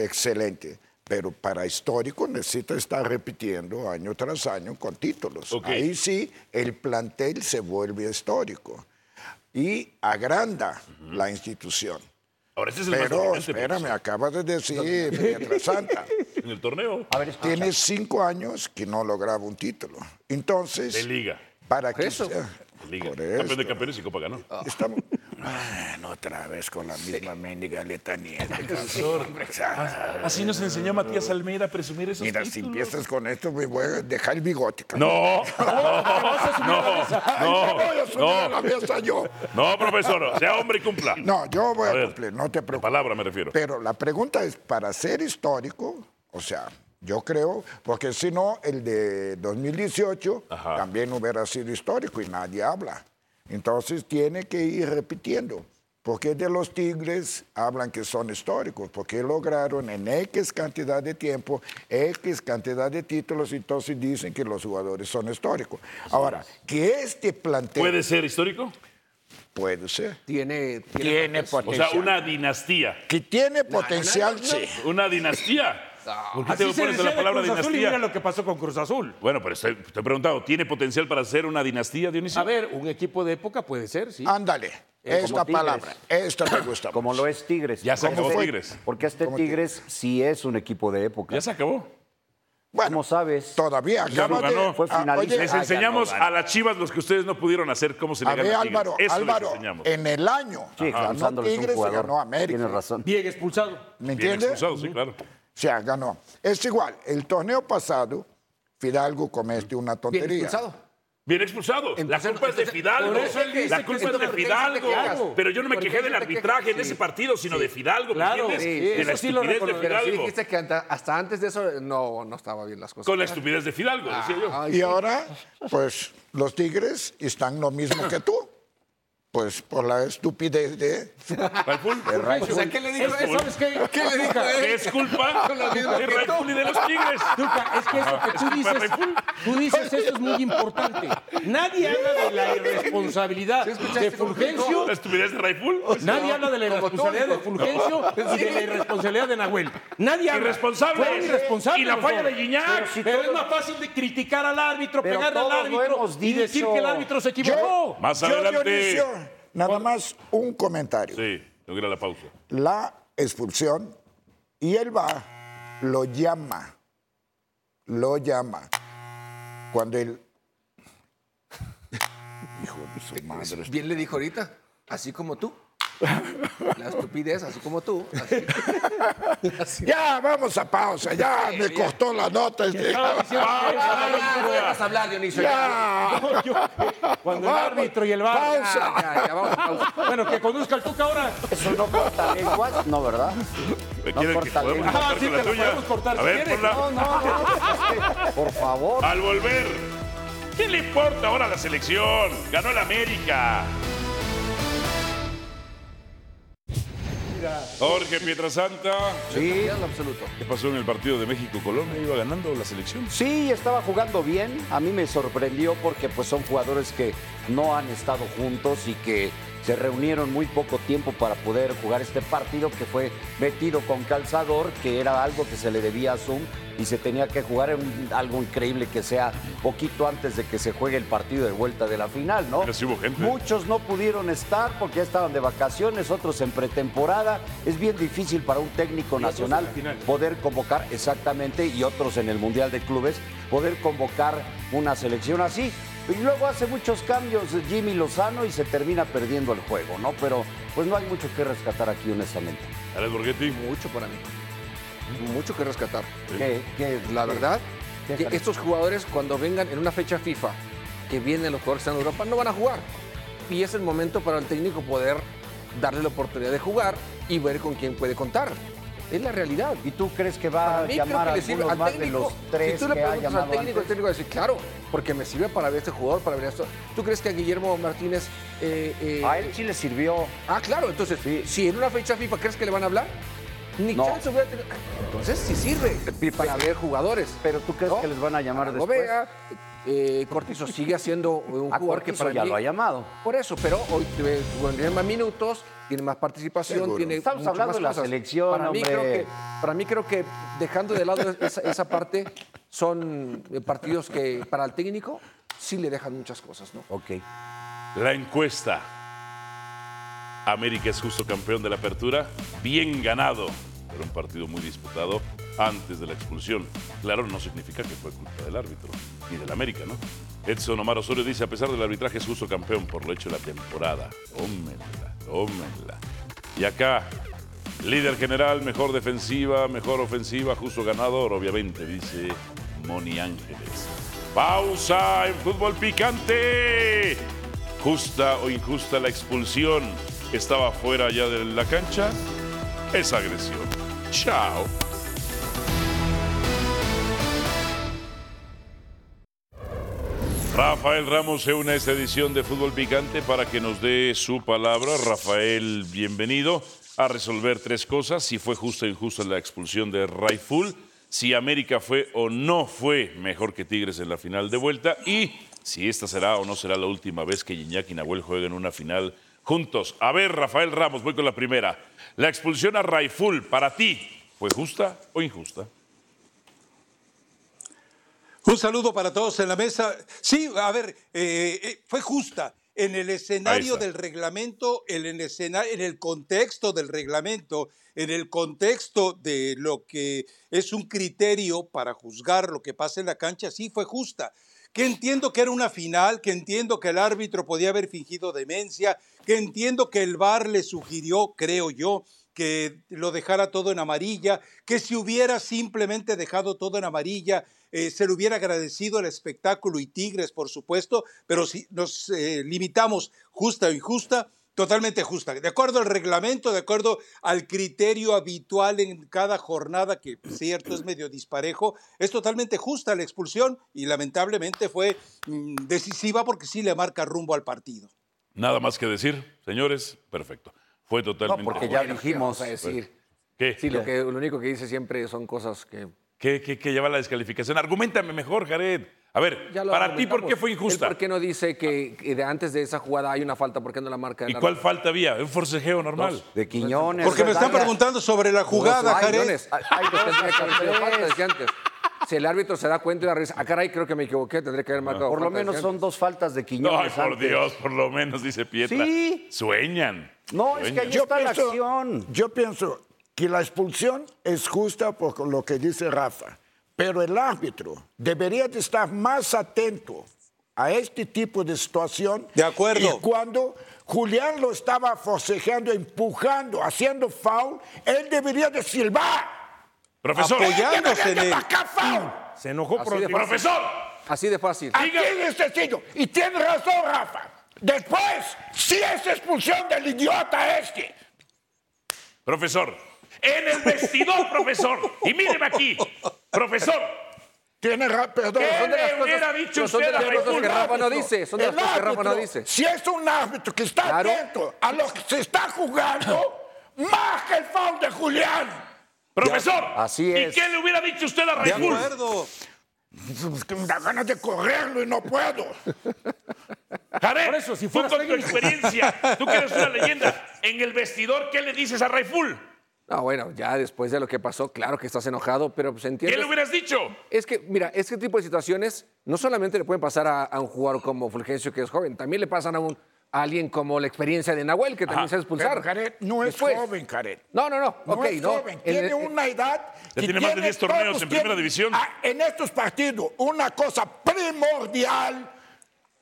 Excelente. Pero para histórico necesita estar repitiendo año tras año con títulos. Ahí sí, el plantel se vuelve histórico y agranda la institución. Ahora, este es el más Pero dominante, espérame, profesor. acabas de decir, Piedra Santa. En el torneo. Tiene cinco años que no lograba un título. Entonces, De liga. para que Eso. sea- De liga. Por Campeón de esto. campeones y Copa ganó. Estamos. Bueno, otra vez con la misma mendiga letanía. Profesor, Así nos enseñó Matías Almeida a presumir esos Mira, si empiezas con esto, me voy a dejar el bigote. No, no, no, no, voy a subir a la no. mesa yo. No, profesor, sea hombre y cumpla. No, yo voy a, ver, cumplir, no te preocupes. palabra me refiero. Pero la pregunta es, para ser histórico, o sea, yo creo, porque si no, el de 2018 también hubiera sido histórico y nadie habla. Entonces tiene que ir repitiendo. Porque de los Tigres hablan que son históricos, porque lograron en X cantidad de tiempo, X cantidad de títulos, entonces dicen que los jugadores son históricos. Ahora, que este plantel... ¿Puede ser histórico? Puede ser. Tiene, Tiene O sea, potencial. una dinastía. Que tiene potencial, sí. ¿Una dinastía? ¿Por qué Así te se opones a decía la de palabra Cruz Azul y mira dinastía? lo que pasó con Cruz Azul. Bueno, pero estoy- te he preguntado, ¿tiene potencial para ser una dinastía, Dionisio? A ver, un equipo de época puede ser, sí. Ándale, Eh, como esta Tigres. palabra, esta me gusta. Como lo es Tigres. Ya se Como acabó este- Tigres. Porque este Tigres sí es un equipo de época. Ya se acabó. Como sabes. Todavía Ya lo acaba ganó. de... Fue Ah, finalista. oye, Les enseñamos ganó. a las chivas los que ustedes no pudieron hacer cómo se le a ver, gana a Tigres. Álvaro, Eso les Álvaro, enseñamos. en el año Sí, ganó lanzándoles un Tigres y jugador. ganó América. Tienes razón. Bien expulsado. ¿Me Bien entiendes? expulsado, sí, claro. O sea, ganó. Es igual, el torneo pasado, Fidalgo comete una tontería. Bien expulsado. La culpa es de Fidalgo. por eso él dice la que culpa es entonces, de ¿por qué dice que Fidalgo. quejas? Pero yo no me ¿Por qué quejé del dice que arbitraje en quejas? ese Sí. partido, sino de Fidalgo. ¿me Claro, entiendes? sí, De la eso sí lo estupidez de reconozco, Pero sí Fidalgo. dijiste que anta- hasta antes de eso no, no estaba bien las cosas. Con la estupidez de Fidalgo, decía yo. Y ahora, pues, los Tigres están lo mismo que tú. Pues por la estupidez de... Raiful. O sea, ¿qué le dijo Es eso? ¿Sabes qué? ¿Qué le dijo él? Es culpa Con lo mismo de que tú. Raiful y de los Tigres. Tuca, es que eso que tú dices, tú dices, eso es muy importante. Nadie habla de la irresponsabilidad de escuchaste cómo Fulgencio. La estupidez de Raiful. Nadie habla de la Como tú, irresponsabilidad de hijo. Fulgencio y de la irresponsabilidad de Nahuel. Nadie habla. Irresponsables. Fueron irresponsables Y la los falla dos. de Guiñac. Pero, si pero es más fácil de criticar al árbitro, Pero pegarle al todos lo árbitro hemos y decir dicho. que el árbitro se equivocó. Más Yo, adelante. Dionisio, nada más un comentario. Sí, tengo que ir a la pausa. la expulsión y él va, lo llama, lo llama. Cuando él... Hijo de su madre. Bien le dijo ahorita, así como tú. La estupidez, así como tú. así. Ya, vamos a pausa, ya me costó la nota. este- Ya, no dejas hablar, Dionisio. Ya, Ya. Cuando el árbitro y el bar. Pausa. ya, ya, vamos a pausa. Bueno, que conduzca el Tuca ahora. Eso no corta lenguas, no, ¿verdad? ¿Me quieren que corta bien. podemos Ah, cortar sí, con te la lo tuya? podemos cortar A si ver, quieres. ponla. No, no, no. Por favor. Al volver, ¿qué le importa ahora a la selección? Ganó el América. Jorge Pietrasanta, Sí, en absoluto. ¿qué pasó en el partido de México-Colombia? ¿Iba ganando la selección? Sí, estaba jugando bien. A mí me sorprendió porque pues son jugadores que no han estado juntos y que se reunieron muy poco tiempo para poder jugar este partido que fue metido con calzador, que era algo que se le debía a Zoom y se tenía que jugar en algo increíble que sea poquito antes de que se juegue el partido de vuelta de la final, ¿no? Muchos no pudieron estar porque ya estaban de vacaciones, otros en pretemporada. Es bien difícil para un técnico nacional poder convocar exactamente y otros en el Mundial de Clubes poder convocar una selección así. Y luego hace muchos cambios Jimmy Lozano y se termina perdiendo el juego, ¿no? Pero pues no hay mucho que rescatar aquí, honestamente. Alex Borghetti. Mucho para mí. Mucho que rescatar. Que, que la verdad, que estos jugadores cuando vengan en una fecha FIFA, que vienen los jugadores que están en Europa, no van a jugar. Y es el momento para el técnico poder darle la oportunidad de jugar y ver con quién puede contar. Es la realidad. ¿Y tú crees que va a llamar a algunos más de los tres si tú le que ha preguntas al llamado técnico, el antes? técnico va a decir, claro, porque me sirve para ver este jugador, para ver esto. ¿Tú crees que a Guillermo Martínez... eh, a él sí le sirvió. Ah, claro, entonces, si en una fecha FIFA crees que le van a hablar, ni chance hubiera tenido- Entonces sí sirve para ver jugadores. Pues, Pero tú crees que les van a llamar después? Govea, eh, Cortizo sigue siendo un A jugador que Cortizo para ya mí- lo ha llamado. Por eso, pero hoy tuve- bueno, tiene más minutos, tiene más participación, Seguro. tiene Estamos muchas hablando más de la cosas. selección, Para mí, hombre. creo que, para mí creo que dejando de lado esa, esa parte, son eh, partidos que para el técnico sí le dejan muchas cosas, ¿no? Ok. La encuesta. América es justo campeón de la apertura. Bien ganado. Pero un partido muy disputado antes de la expulsión. Claro, no significa que fue culpa del árbitro. Ni del América, ¿no? Edson Omar Osorio dice, a pesar del arbitraje es justo campeón por lo hecho de la temporada. Tómenla, tómenla. Y acá, líder general, mejor defensiva, mejor ofensiva, justo ganador, obviamente, dice Moni Ángeles. Pausa en fútbol picante. Justa o injusta la expulsión. Estaba fuera ya de la cancha. Es agresión. Chao. Rafael Ramos se une a esta edición de Fútbol Picante para que nos dé su palabra. Rafael, bienvenido a resolver tres cosas. Si fue justa o injusta la expulsión de Raiful, si América fue o no fue mejor que Tigres en la final de vuelta y si esta será o no será la última vez que Iñaki y Nahuel jueguen una final juntos. A ver, Rafael Ramos, voy con la primera. La expulsión a Raiful, para ti, ¿fue justa o injusta? Un saludo para todos en la mesa. Sí, a ver, eh, eh, fue justa. En el Ahí escenario está. del reglamento, en el, escena- en el contexto del reglamento, en el contexto de lo que es un criterio para juzgar lo que pasa en la cancha, sí fue justa. Que entiendo que era una final, que entiendo que el árbitro podía haber fingido demencia, que entiendo que el VAR le sugirió, creo yo, que lo dejara todo en amarilla, que si hubiera simplemente dejado todo en amarilla, eh, se le hubiera agradecido el espectáculo y Tigres, por supuesto, pero si nos eh, limitamos justa o injusta, totalmente justa, de acuerdo al reglamento, de acuerdo al criterio habitual en cada jornada, que cierto es medio disparejo, es totalmente justa la expulsión y lamentablemente fue mm, decisiva porque sí le marca rumbo al partido. Nada más que decir, señores, perfecto. Fue totalmente. porque ya Bueno, pues, dijimos. ¿qué vamos a decir? Sí, lo, que, lo único que dice siempre son cosas que... ¿Qué, qué- qué lleva la descalificación? Argumentame mejor, Jared. A ver, Ya lo para ti, ¿por argumentamos. qué fue injusta? Él, ¿Por qué no dice que, que de antes de esa jugada hay una falta? ¿Por qué no la marca? ¿Y cuál falta había? ¿Un forcejeo normal? De Quiñones. Porque me están preguntando sobre la jugada, Hay Jared. guiones, hay- hay que pues, tendría que haber sido falta desde antes. Si el árbitro se da cuenta y la revisa, ah, caray, creo que me equivoqué, tendría que haber marcado. Por lo falta desde menos son antes". dos faltas de No, ay, Quiñones. por antes. Dios, por lo menos, dice Pietra. Sí. Sueñan. No, es que ahí Sueñan. está la acción. Yo pienso que la expulsión es justa por lo que dice Rafa, pero el árbitro debería de estar más atento a este tipo de situación. De acuerdo. Y cuando Julián lo estaba forcejeando, empujando, haciendo foul, él debería de silbar. Profesor. Apoyándose Él debería de en él. marcar foul. Se enojó Así por de fácil. ¡Profesor! Así de fácil. Aquí es sencillo. Y tiene razón, Rafa. Después, si es expulsión del idiota este. Profesor. En el vestidor, profesor. Y míreme aquí. Profesor. Tiene razón, perdón. ¿Qué Son de las le hubiera cosas- dicho no, son usted de a las cosas Raúl? que Rafa no dice. Son de las El cosas que Rafa no árbitro, dice. Si es un árbitro que está Claro. atento a lo que se está jugando, marca el foul de Julián. Profesor. así es. ¿Y qué le hubiera dicho usted a De Raúl? acuerdo. Es Pues, que me da ganas de correrlo y no puedo. Jared, tú con tu experiencia, tú que eres una leyenda, en el vestidor, ¿qué le dices a Raiful? No, Ah, bueno, ya después de lo que pasó, claro que estás enojado, pero pues ¿Qué entiendes. le hubieras dicho? Es que, mira, este tipo de situaciones no solamente le pueden pasar a, a un jugador como Fulgencio, que es joven, también le pasan a, un, a alguien como la experiencia de Nahuel, que también se va a expulsar. Pero Jared no es Después. joven, Jared. No, no, no. No ok, es joven, tiene una edad. que Ya tiene más de 10 torneos todos en primera tienen- división. Ah, en estos partidos, una cosa primordial,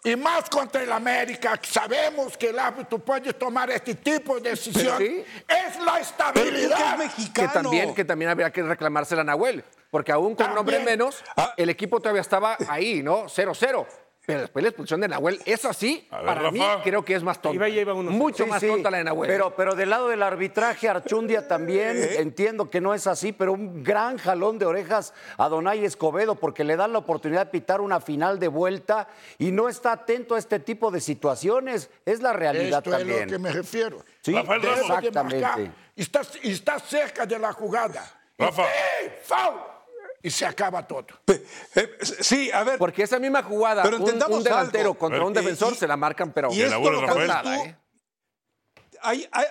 y más contra el América, que sabemos que el árbitro puede tomar este tipo de decisión, sí. es la estabilidad. Que también, que también habría que reclamársela a Nahuel, porque aún con un hombre menos, Ah. el equipo todavía estaba ahí, ¿no? 0-0. Pero después la expulsión de Nahuel, eso sí, ver, para mí Rafa. creo que es más tonta. Mucho Sí, más sí, tonta la de Nahuel. Pero, pero del lado del arbitraje, Archundia también, entiendo que no es así, pero un gran jalón de orejas a Donay Escobedo porque le dan la oportunidad de pitar una final de vuelta y no está atento a este tipo de situaciones. Es la realidad Esto también. es lo que me refiero. Sí, Rafael Ramos. Debe exactamente. de marcar. Está, está cerca de la jugada. Rafa. ¡Eh, foul! Y se acaba todo. Sí, a ver. Porque esa misma jugada, Pero un, entendamos un delantero algo. contra un Eh, defensor, y- se la marcan, pero y esto lo no que nada, tú- ¿eh? hay, hay-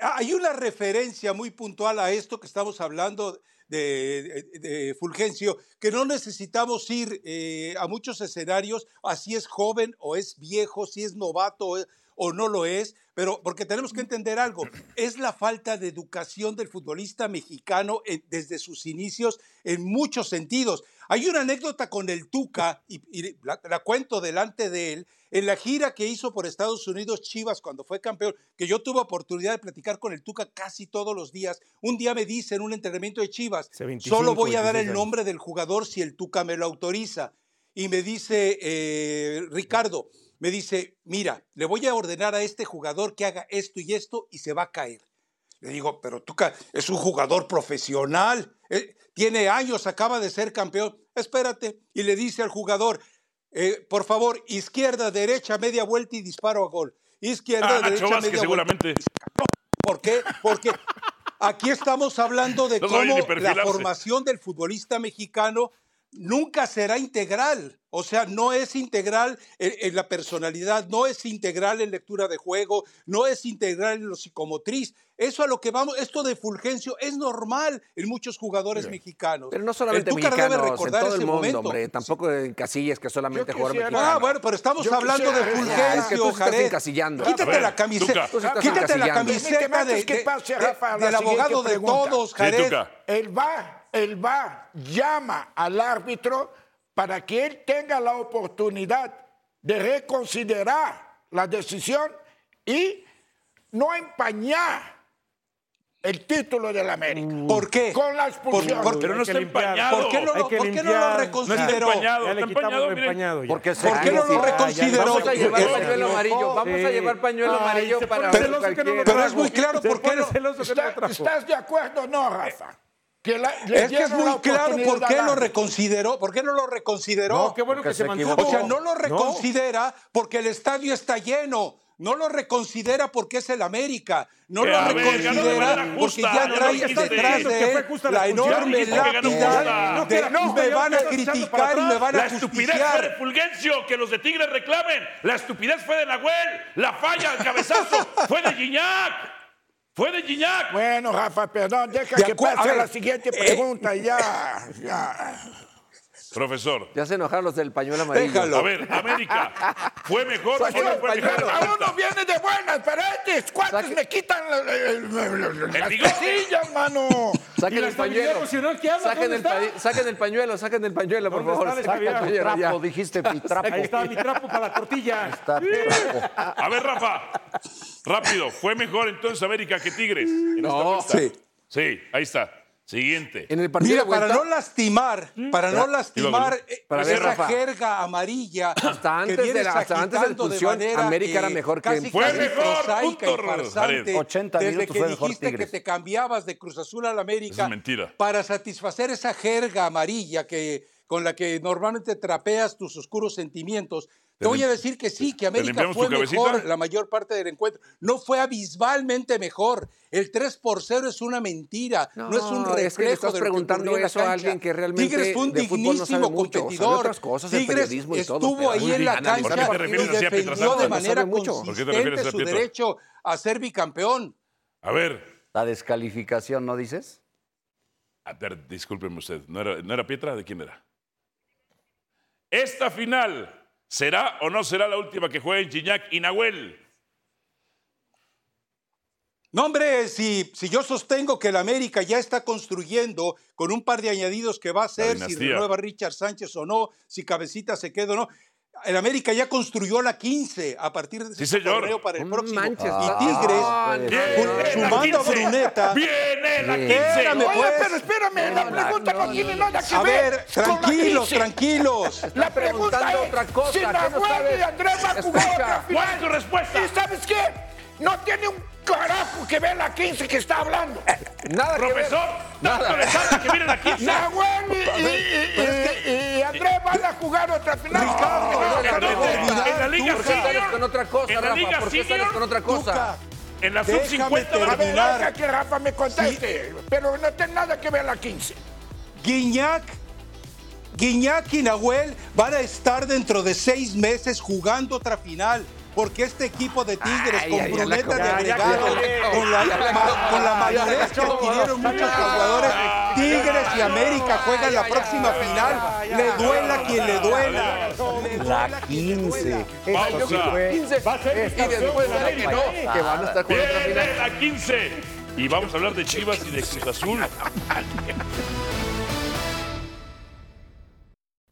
hay una referencia muy puntual a esto que estamos hablando de, de- de Fulgencio, que no necesitamos ir eh, a muchos escenarios, así es joven o es viejo, si es novato o, o no lo es, pero porque tenemos que entender algo, es la falta de educación del futbolista mexicano en- desde sus inicios en muchos sentidos. Hay una anécdota con el Tuca, y, y la, la cuento delante de él, en la gira que hizo por Estados Unidos Chivas cuando fue campeón, que yo tuve oportunidad de platicar con el Tuca casi todos los días. Un día me dice en un entrenamiento de Chivas, 25, solo voy a dar 26 el años". nombre del jugador si el Tuca me lo autoriza. Y me dice, eh, Ricardo, me dice, mira, le voy a ordenar a este jugador que haga esto y esto y se va a caer. Le digo, pero Tuca es un jugador profesional, eh, tiene años, acaba de ser campeón. Espérate. Y le dice al jugador, eh, por favor, izquierda, derecha, media vuelta y disparo a gol. Izquierda, Ah, Nacho derecha, Vázquez, media vuelta. seguramente. ¿Por qué? Porque aquí estamos hablando de No sabía cómo ni la perfilarse. formación del futbolista mexicano nunca será integral. O sea, no es integral en, en la personalidad, no es integral en lectura de juego, no es integral en lo psicomotriz. Eso a lo que vamos, esto de Fulgencio es normal en muchos jugadores mexicanos. Pero no solamente El Tuca debe mexicanos, en recordar todo el ese mundo, momento. hombre. Tampoco en casillas que solamente jugador quisiera- mexicano. Ah, bueno, pero estamos Yo hablando quisiera- de Fulgencio, Ya, Es que tú estás Jared. encasillando. Quítate A ver, la camiseta. Tú estás Quítate la encasillando. camiseta Permíteme de- antes que de- pase, de- Rafa, a la del siguiente abogado de pregunta. todos, Sí, Jared. Tuca. Él va, él va, llama al árbitro para que él tenga la oportunidad de reconsiderar la decisión y no empañar el título de la América. Mm. ¿Por qué? Con la expulsión. por- Pero no está empañado. ¿Por qué no lo- Hay que por qué no lo limpiar. reconsideró? No está empañado, Ya le está quitamos lo empañado, miren. empañado ya. Porque se ¿Por qué no lo Ya, ya, ya. reconsideró? Vamos a llevar Porque- pañuelo amarillo, vamos a llevar pañuelo amarillo se para pone celoso que no lo cualquiera. trajo. Pero es muy claro Se por qué pone no- celoso que no lo Está- trajo. ¿Estás de acuerdo o no, Rafa? Que la- le Es que es dieron la muy claro oportunidad por al qué lo árbitro. reconsideró, por qué no lo reconsideró. No, qué bueno Porque que se se mantuvo. equivocó. O sea, no lo No. reconsidera porque el estadio está lleno. No lo reconsidera porque es el América. No Eh, lo a ver, ganó de reconsidera manera porque justa, ya ya trae lo dijiste. detrás Que de fue él justa la la expulsión, enorme dijiste que ganó justa. lápida. No, de, que la justa, me ya van lo a estás echando para criticar y me atrás. van La a estupidez fue de justiciar. Fulgencio, que los de Tigres reclamen. La estupidez fue de Nahuel. La falla, el cabezazo, fue de Gignac. Fue de Gignac. Bueno, Rafa, perdón, deja De que acuerdo, pase a ver, la siguiente eh, pregunta ya. ya. Profesor. Ya se enojaron los del pañuelo amarillo. Déjalo. A ver, América, ¿fue mejor o no fue mejor? A Pues uno viene de buenas, pero estos cuates me quitan la- la- la- la- la- las bigote. casillas, mano. ¿Y Saquen la el estabilidad pañuelo. emocional que habla? Saquen ¿Dónde el, está? pa- saquen el pañuelo, saquen el pañuelo, por ¿Dónde favor. está Saquen la el estabilidad? pañuelo ya. Trapo, dijiste mi trapo. Ahí está mi trapo para la tortilla. Está trapo. A ver, Rafa, rápido, ¿fue mejor entonces América que Tigres? en esta vuelta? Sí. Sí, ahí está. Siguiente. En el partido Mira, de para vuelta- Mm. no lastimar, para no lastimar eh, Para ver, esa Rafa. jerga amarilla Hasta antes de que vienes la- hasta antes de la agitando de expulsión, manera, América era eh, mejor que- casi, Fue casi mejor, prosaica y punto, farsante, Jared. 80 desde minutos que fue mejor dijiste que Tigres. te cambiabas de Cruz Azul al América Eso es mentira. para satisfacer esa jerga amarilla que con la que normalmente trapeas tus oscuros sentimientos. Te voy a decir que sí, que América limpiamos fue tu cabecita? mejor la mayor parte del encuentro. No fue abismalmente mejor. El 3 por 0 es una mentira, no, es un No, reflejo es que le estás de lo que preguntando ocurrió en la eso a cancha. alguien que realmente Tigres fue un de fútbol no dignísimo sabe mucho, sabe competidor. otras cosas, del Tigres periodismo y todo, estuvo pero ahí muy en la bien analizado. cancha ¿Por qué te y refieres así a Pietrasanta? defendió de No sabe manera mucho. ¿Por qué te refieres consistente a su Pietra? derecho a ser bicampeón. A ver. La descalificación, ¿no dices? A ver, discúlpeme usted, ¿no era, ¿no era Pietra? ¿De quién era? Esta final será o no será la última que jueguen Gignac y Nahuel. No, hombre, si, si yo sostengo que el América ya está construyendo con un par de añadidos que va a ser si dinastía. renueva Richard Sánchez o no, si Cabecita se queda o no. El América ya construyó la 15 a partir de Sí, ese señor. torneo para el No próximo. manches, y papá. Tigres, Ah, pues, con- bien, sumando a la 15. Bruneta. Viene la 15. Espérame, Oye, pues. pero espérame, la pregunta no tiene nada que A ver. ver, con la tranquilos, crisis. tranquilos. La pregunta es si Nahuel y Andrés van a jugar otra final. ¿Cuál es tu respuesta? ¿Y sabes qué? No tiene un carajo que ver la 15 que está hablando. Nada Profesor, tanto le sabe que viene la 15. Nahuel y, y- y- y Andrés van a jugar otra final. en la Liga Turca, sales con otra cosa, en la Rafa, Liga ¿por qué sales Senior, con otra cosa? Tuca, En la Déjame sub-50 A ver, deja van que Rafa me conteste. Pero no tiene nada que ver la 15. Guiñac, Guiñac y Nahuel van a estar dentro de seis meses jugando otra final. Porque este equipo de Tigres Ay, con ay, ya la Bruneta acabó. de Ya, ya agregado, acabó. con la, Ya la ma- acabó. con Ya la la madurez que acabó. adquirieron muchos Ya, jugadores, ya, Tigres y ya, América juegan la próxima final. Le duela a quien le duela. La 15. Esto sí Pausa. fue. Va a ser Esta fue la no, que van a estar jugando otra final. Viene la 15. Y vamos a hablar de Chivas y de Cruz Azul.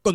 Con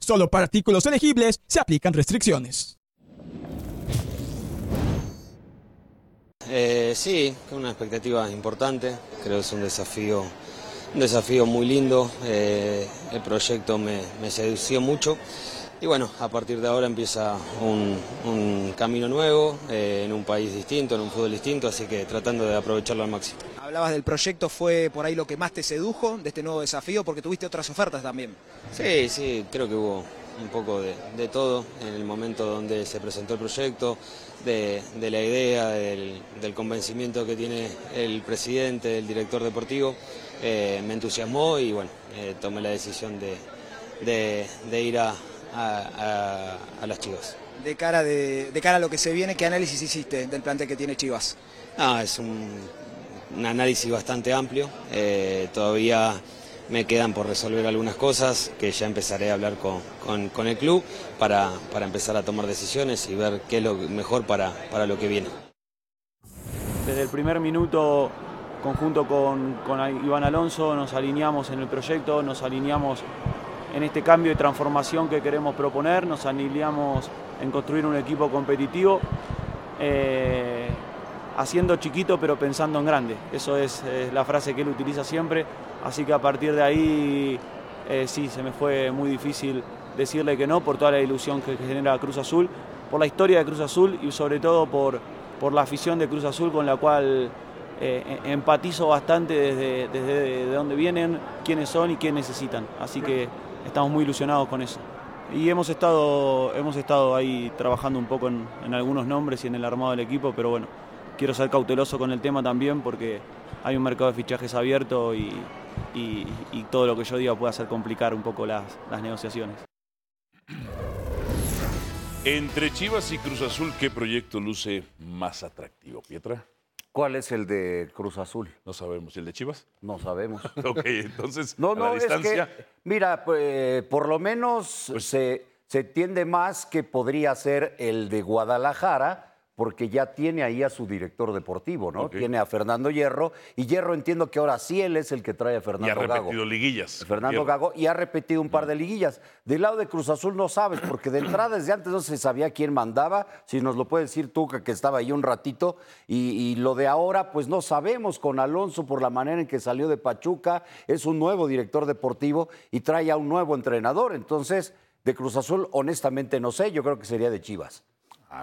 Solo para artículos elegibles se aplican restricciones. Eh, sí, con una expectativa importante. Creo que es un desafío, un desafío muy lindo. Eh, el proyecto me, me sedució mucho. Y bueno, a partir de ahora empieza un, un camino nuevo, eh, en un país distinto, en un fútbol distinto, así que tratando de aprovecharlo al máximo. Hablabas del proyecto, fue por ahí lo que más te sedujo de este nuevo desafío, porque tuviste otras ofertas también. Sí, sí, creo que hubo un poco de, de todo en el momento donde se presentó el proyecto, de, de la idea, del, del convencimiento que tiene el presidente, el director deportivo. Eh, me entusiasmó y bueno, eh, tomé la decisión de, de- de ir a, a- a- a las Chivas. De cara, de, de cara a lo que se viene, ¿qué análisis hiciste del plantel que tiene Chivas? Ah, es un, un análisis bastante amplio. Eh, todavía me quedan por resolver algunas cosas que ya empezaré a hablar con, con- con el club para, para empezar a tomar decisiones y ver qué es lo mejor para, para lo que viene. Desde el primer minuto, conjunto con, con Iván Alonso, nos alineamos en el proyecto, nos alineamos en este cambio y transformación que queremos proponer, nos alineamos en construir un equipo competitivo, eh, haciendo chiquito pero pensando en grande. Eso es, eh, la frase que él utiliza siempre, así que a partir de ahí eh, sí, se me fue muy difícil decirle que no por toda la ilusión que genera Cruz Azul, por la historia de Cruz Azul y sobre todo por, por la afición de Cruz Azul con la cual eh, e- empatizo bastante desde, desde de dónde vienen, quiénes son y qué necesitan. Así que estamos muy ilusionados con eso. Y hemos estado, hemos estado ahí trabajando un poco en, en algunos nombres y en el armado del equipo, pero bueno, quiero ser cauteloso con el tema también porque hay un mercado de fichajes abierto y, y- y todo lo que yo diga puede hacer complicar un poco las- las negociaciones. Entre Chivas y Cruz Azul, ¿qué proyecto luce más atractivo, Pietra? ¿Cuál es el de Cruz Azul? No sabemos. ¿Y el de Chivas? No sabemos. Ok, entonces, No, a la no, es distancia, Pues que, mira, pues, por lo menos se, se tiende más que podría ser el de Guadalajara, porque ya tiene ahí a su director deportivo, ¿no? Ok. Tiene a Fernando Hierro, y Hierro entiendo que ahora sí él es el que trae a Fernando y ha Gago. repetido liguillas. Fernando Hierro. Gago y ha repetido un par de liguillas. Del lado de Cruz Azul no sabes, porque de entrada desde antes no se sabía quién mandaba. Si nos lo puedes decir tú, que que estaba ahí un ratito. Y, y lo de ahora, pues no sabemos con Alonso por la manera en que salió de Pachuca. Es un nuevo director deportivo y trae a un nuevo entrenador. Entonces, de Cruz Azul, honestamente no sé. Yo creo que sería de Chivas.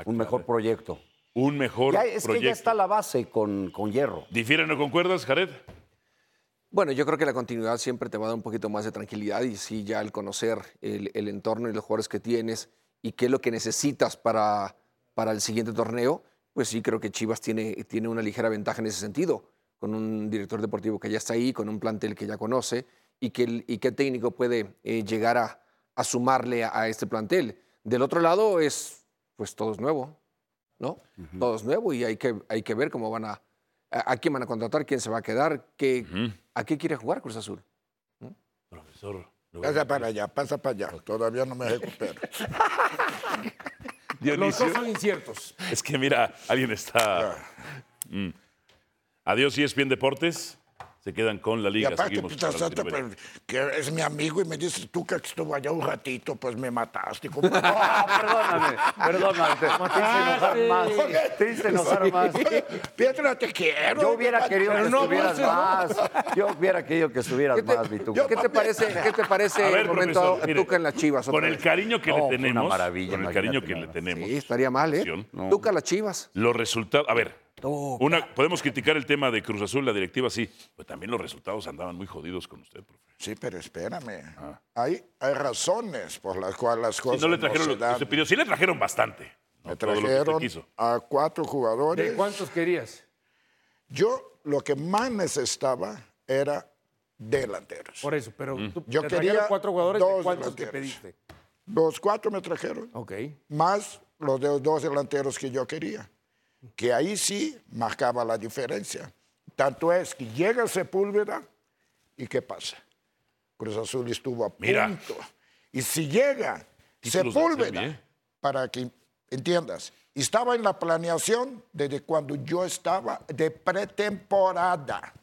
un mejor proyecto. Ah, Un mejor Ya, es que ya proyecto. está la base con, con Hierro. ¿Difieren o concuerdas, Jared? Bueno, yo creo que la continuidad siempre te va a dar un poquito más de tranquilidad y sí, ya al conocer el, el entorno y los jugadores que tienes y qué es lo que necesitas para, para el siguiente torneo, pues sí creo que Chivas tiene, tiene una ligera ventaja en ese sentido, con un director deportivo que ya está ahí, con un plantel que ya conoce y que el- y qué técnico puede eh, llegar a, a sumarle a, a este plantel. Del otro lado es, pues todo es nuevo, ¿no? Todo es nuevo y hay que, hay que ver cómo van a, a, a quién van a contratar, quién se va a quedar, qué, a qué quiere jugar Cruz Azul. Profesor. Pasa para allá, pasa para allá. Todavía no me recupero. Los dos Dionisio. son inciertos. Es que mira, alguien está. Mm. Adiós, E ESPN Deportes. Se quedan con la Y liga. aparte, Seguimos pues, para hasta- Latinoamérica. pues, que es mi amigo y me dice, tú que estuvo allá un ratito, pues me mataste. compa". perdóname, perdóname. Te, te hice Ah, enojar más. Te hice enojar más. Piedra, te quiero. Yo hubiera querido que Pero no estuvieras abuses, ¿no? más. Yo hubiera querido que estuvieras más, mi Tuca. ¿Qué te parece, qué te parece A ver, el momento profesor, a mire, Tuca en las Chivas? Con otra el vez? cariño que No, le fue una tenemos. maravilla, Con el imagínate cariño que nada le tenemos. Sí, estaría mal, ¿eh? Tuca en las Chivas. Los resultados. A ver. Una, podemos criticar el tema de Cruz Azul, la directiva, sí. Pero también los resultados andaban muy jodidos con usted, profe. Sí, pero espérame. Hay, hay razones por las cuales las Sí, cosas Ah. no le se trajeron lo que dan. usted pidió. Sí le trajeron bastante. No Me todo lo que usted trajeron quiso. a cuatro jugadores. ¿De cuántos querías? Yo lo que más necesitaba era delanteros. Por eso, pero tú- Yo te quería trajeron cuatro jugadores, ¿de dos cuántos te delanteros. pediste? Los cuatro me trajeron. Ok. Más los de- dos delanteros que yo quería. Que ahí sí marcaba la diferencia. Tanto es que llega Sepúlveda y ¿qué pasa? Cruz Azul estuvo a Mira. punto. Y si llega Títulos de Sepúlveda, serie, ¿eh? para que entiendas, estaba en la planeación desde cuando yo estaba de pretemporada.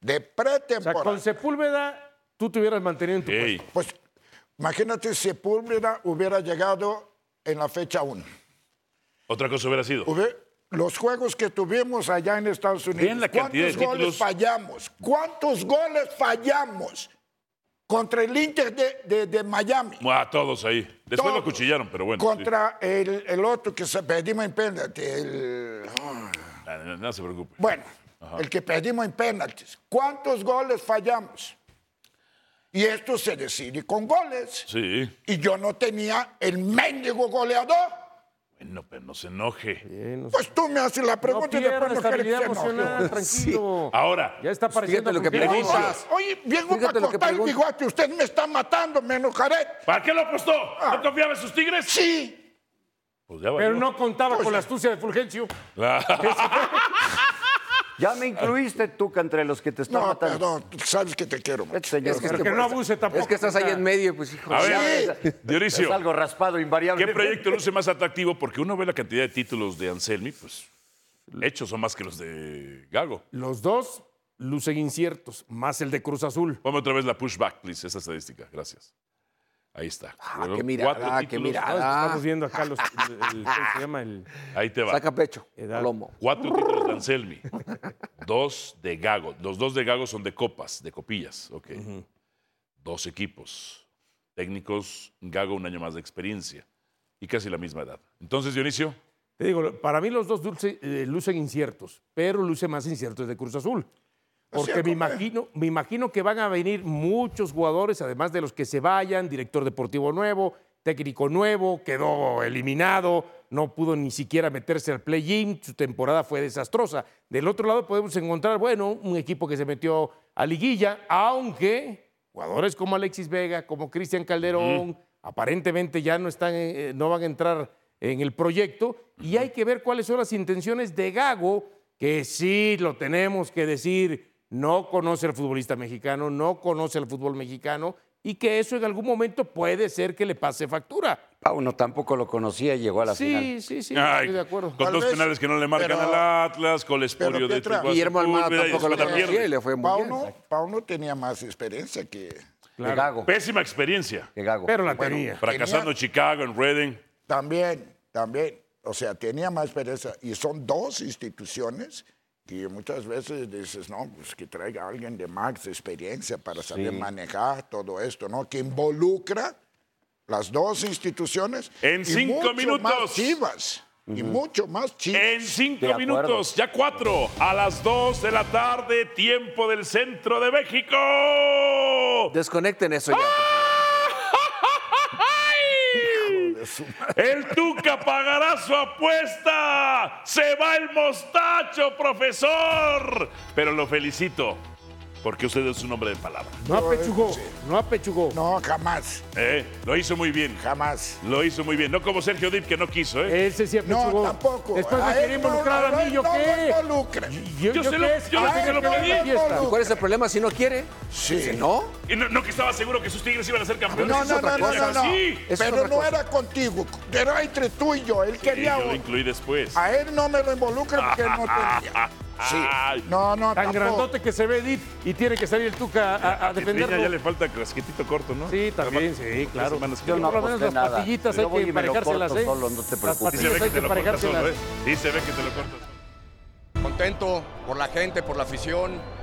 De pretemporada. Con Sepúlveda, tú te hubieras mantenido en tu puesto. Pues imagínate si Sepúlveda hubiera llegado en la fecha 1. Otra cosa hubiera sido. Los juegos que tuvimos allá en Estados Unidos. Vean la ¿Cuántos cantidad de goles títulos. fallamos? ¿Cuántos goles fallamos contra el Inter de, de- de Miami? A todos ahí. Después lo Todos. acuchillaron, pero bueno. sí. contra el, el otro que se perdimos en penalti. el- ah, Ah, No, no se preocupe. bueno, Ajá. el que perdimos en penaltis. ¿Cuántos goles fallamos? Y esto se decide con goles. Sí. y yo no tenía el mendigo goleador. Bueno, pero no se enoje. Pues tú me haces la pregunta y después pierda no quieres estabilidad que no. emocional, tranquilo. Ahora. Ya está pareciendo lo que Oye, pregunta. Oye, vengo Fíjate para lo que cortar el pregunta. bigote. Usted me está matando, me enojaré. Ah. ¿Para qué lo apostó? ¿No confiaba en sus tigres? Sí. Pues ya Pero valió. no contaba con la astucia de Fulgencio. Ya me incluiste, Tuca, entre los que te están No, matando. perdón, sabes que te quiero. Este señor. Es que este- es que estás ahí en medio, pues hijo. A ver, Dionisio. Es algo raspado, invariable. ¿Qué proyecto luce más atractivo? Porque uno ve la cantidad de títulos de Anselmi, pues hechos son más que los de Gago. Los dos lucen inciertos, más el de Cruz Azul. Ponme otra vez la pushback, please, esa estadística. Gracias. Ahí está. Fueron qué mirada, cuatro ah, qué títulos. mirada. No, es que Estamos viendo acá los, el- el- ¿cómo se llama? El, Ahí te va. Saca pecho, lomo. Cuatro títulos de Anselmi, dos de Gago. Los dos de Gago son de copas, de copillas. Ok. Dos equipos. Técnicos, Gago un año más de experiencia y casi la misma edad. Entonces, Dionisio, Te digo, para mí los dos dulce- eh, lucen inciertos, pero luce más incierto el de Cruz Azul. Porque me imagino, me imagino que van a venir muchos jugadores, además de los que se vayan, director deportivo nuevo, técnico nuevo, quedó eliminado, no pudo ni siquiera meterse al play-in, su temporada fue desastrosa. Del otro lado podemos encontrar, bueno, un equipo que se metió a liguilla, aunque jugadores como Alexis Vega, como Cristian Calderón, aparentemente ya no, están, eh, eh, no van a entrar en el proyecto y hay que ver cuáles son las intenciones de Gago que sí lo tenemos que decir, no conoce al futbolista mexicano, no conoce al fútbol mexicano y que eso en algún momento puede ser que le pase factura. Pauno tampoco lo conocía y llegó a la Sí, final. sí, sí, Ay, estoy de acuerdo. Con Tal dos vez, penales que no le marcan pero- al Atlas, con el esporio de Pietra, Tijuana. Sepúlveda, y después la pierde. Pauno, Pauno tenía más experiencia que Claro. Pésima experiencia. Pero la Bueno, tenía. Fracasando en Chicago, en Reading. También, también. O sea, tenía más pereza. Y son dos instituciones que muchas veces dices, no, pues que traiga a alguien de más experiencia para saber Sí. manejar todo esto, ¿no? Que involucra las dos instituciones. En y cinco mucho minutos. Más chivas. Y mucho más chivas. En cinco minutos, ya cuatro, a las dos de la tarde, tiempo del centro de México. Desconecten eso ya. El Tuca pagará su apuesta. Se va el mostacho, profesor. Pero lo felicito, porque usted es un hombre de palabra. No apechugó, no apechugó. No, jamás. Eh, Lo hizo muy bien. Jamás. Lo hizo muy bien. No como Sergio Dip, que no quiso, ¿eh? Ese sí No, apechugó. tampoco. Después A me él quería involucrar no, a mí, ¿yo no qué? lo involucra. Yo yo se lo- qué? yo le dije que lo pedí. ¿Y ¿Cuál es el problema si no quiere? Sí. Si no, Y No, no que estaba seguro que sus tigres iban a ser No, campeones. no, Eso es no, otra no, no, cosa. no. Sí. Pero no era contigo, era entre tú y yo. Él Sí, quería. yo lo incluí después. Ah, A él no me lo involucra porque él no tenía. Ay. No, no, Tan tampoco. grandote que se ve Edith y tiene que salir el Tuca a, a defenderlo. Peña Ah, ya le falta casquetito corto, ¿no? Sí, también, sí, claro. Yo Yo no Por lo menos aposté las nada. pastillitas hay Yo voy que y me lo corto emparejárselas, ¿eh? solo, no te Las preocupes. Y se ve pastillas que hay te que lo cortas emparejárselas. solo, ¿eh? Y se ve que te lo cortas. Contento por la gente, por la afición.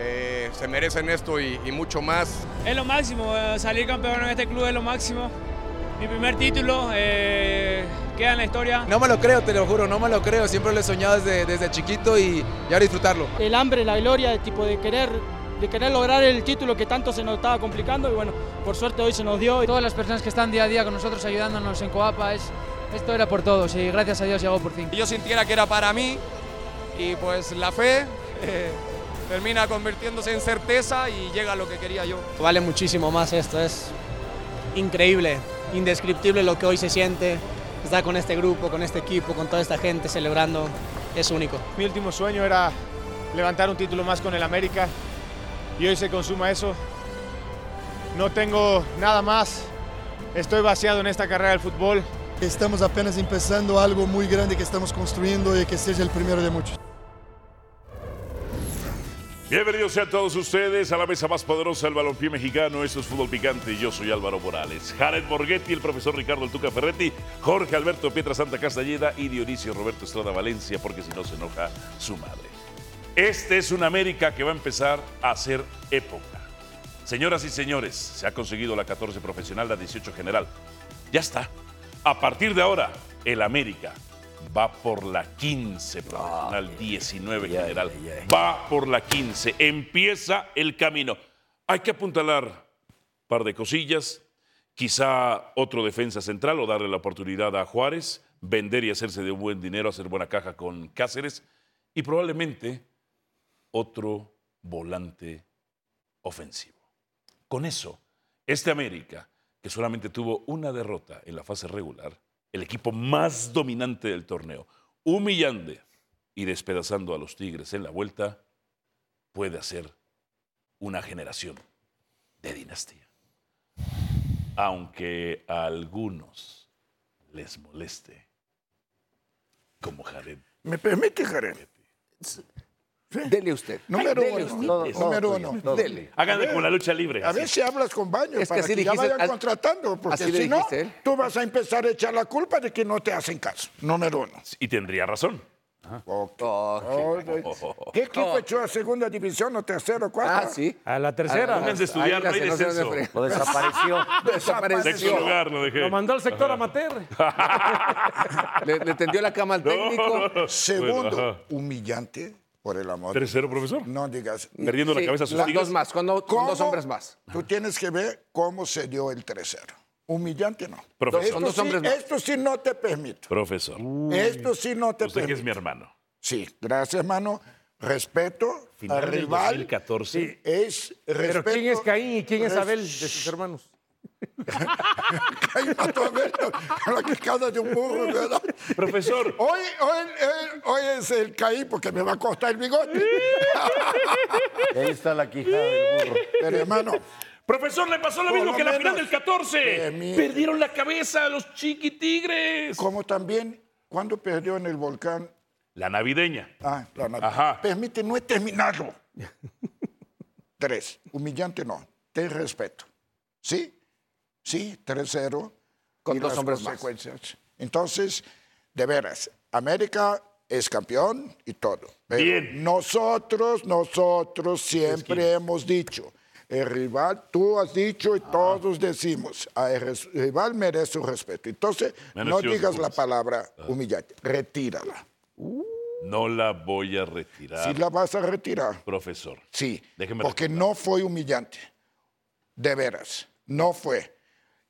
eh, se merecen esto y, y mucho más. Es lo máximo, eh, salir campeón en este club es lo máximo. Mi primer título eh, queda en la historia. No me lo creo, te lo juro, no me lo creo. Siempre lo he soñado desde, desde chiquito y, y ahora disfrutarlo. el hambre, la gloria, tipo de querer, de querer lograr el título que tanto se nos estaba complicando y bueno, por suerte hoy se nos dio. Todas las personas que están día a día con nosotros ayudándonos en Coapa, es, esto era por todos y gracias a Dios llegó por fin. Yo sintiera que era para mí y pues la fe eh, termina convirtiéndose en certeza y llega a lo que quería yo. Vale muchísimo más esto, es increíble, indescriptible lo que hoy se siente, estar con este grupo, con este equipo, con toda esta gente celebrando, es único. Mi último sueño era levantar un título más con el América y hoy se consuma eso. No tengo nada más. Estoy vaciado en esta carrera del fútbol. Estamos apenas empezando algo muy grande que estamos construyendo y que sea el primero de muchos. Bienvenidos sean todos ustedes a la mesa más poderosa del balompié mexicano. Esto es Fútbol Picante y yo soy Álvaro Morales. Jared Borghetti, el profesor Ricardo El Tuca Ferretti, Jorge Alberto Pietra Santa Castelleda y Dionisio Roberto Estrada Valencia, porque si no se enoja su madre. Este es un América que va a empezar a hacer época. Señoras y señores, se ha conseguido la 14 profesional, la 18 general. Ya está. A partir de ahora, el América va por la 15 profesional, 19 general. Va por la 15. Empieza el camino. Hay que apuntalar un par de cosillas. Quizá otro defensa central o darle la oportunidad a Juárez, vender y hacerse de buen dinero, hacer buena caja con Cáceres y probablemente otro volante ofensivo. Con eso, este América, que solamente tuvo una derrota en la fase regular, el equipo más dominante del torneo, humillante y despedazando a los Tigres en la vuelta, puede hacer una generación de dinastía. Aunque a algunos les moleste, como Jared. ¿Me permite, Jared? Dele usted. Número Dele uno. usted. Todo- Número todo uno. tuyo, todo tuyo. Háganle con la lucha libre. A ver si hablas con Baños Es que para así que, ya dijiste, vayan al- contratando, porque así le si no, dijiste ¿eh? él. tú vas a empezar a echar la culpa de que no te hacen caso. Número uno. Y tendría razón. Oh, ¿Qué equipo echó a segunda división o tercero o cuarta? Ah, sí. A la tercera. Ah, Pónganse a estudiar, no hay háganse, no sean descenso. de fre- Lo desapareció. Desapareció. Sexto lugar lo dejé. Lo mandó al sector Ajá. amateur. Le, le tendió la cama al técnico. Segundo, humillante, por el amor. de Tercero, Dios. profesor. No digas. Perdiendo la Sí, cabeza a sus las Tigres. dos más, con do- con dos ¿Cómo? hombres más. Tú tienes que ver cómo se dio el tercero. Humillante no. Profesor. Esto, Con dos sí, hombres más. esto sí no te permito. Profesor. Esto sí no te Usted que es permito. mi hermano. Sí, gracias, hermano. Respeto al Final del rival. 2014. Es respeto. Pero ¿quién es Caín y quién es res- Abel de sus hermanos? Hay una tormenta con la cascada de un burro, ¿verdad? Profesor. Hoy, hoy, hoy, hoy es el caí porque me va a costar el bigote. Ahí está la quijada del burro. Pero hermano, Profesor, le pasó lo Por mismo lo que en la final menos, del 14. eh, mi- Perdieron la cabeza a los chiquitigres. como también cuando perdió en el volcán, La navideña. ah, la nat- Ajá. permite no he terminado. Tres, humillante no, te respeto. ¿Sí? Sí, 3-0. Con y dos las hombres más. consecuencias. Entonces, de veras, América es campeón y todo. Pero Nosotros, nosotros siempre hemos dicho, el rival, tú has dicho y todos decimos, "Ah, el res- rival merece su respeto. Entonces, no Mereció digas su la palabra humillante, retírala. No la voy a retirar. Si la vas a retirar, Profesor. Sí, Déjeme porque no fue humillante. De veras, no fue.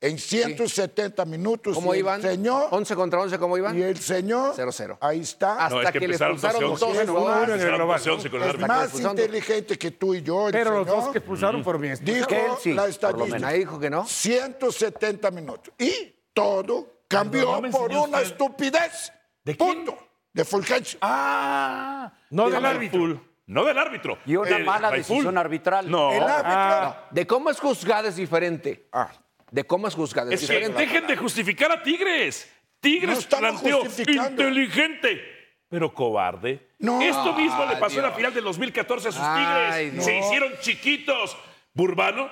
En 170 minutos, ¿Cómo y el iban? señor... 11 contra 11, ¿cómo iban? Y el señor... 0-0. Ahí está. Hasta que, le expulsaron dos Es en global. más- Es más inteligente que tú y yo. el Pero los señor dos que expulsaron fueron bien Dijo expulsados. la por lo estadística. menos. Ahí dijo que no. 170 minutos. Y todo cambió no me por enseñó una usted- estupidez. ¿De Punto. De Fulgencio. Ah. No del árbitro. No del árbitro. Y una Del mala Raiful. decisión arbitral. No. El árbitro- No, De cómo es juzgada es diferente. Ah. De cómo es juzgada es, Es que diferente. dejen de justificar a Tigres. No Tigres estamos planteó justificando. inteligente, pero cobarde. No. Esto mismo le pasó en la Dios. final del 2014 a sus Ay, Tigres. Se Dios. hicieron chiquitos. Burbano,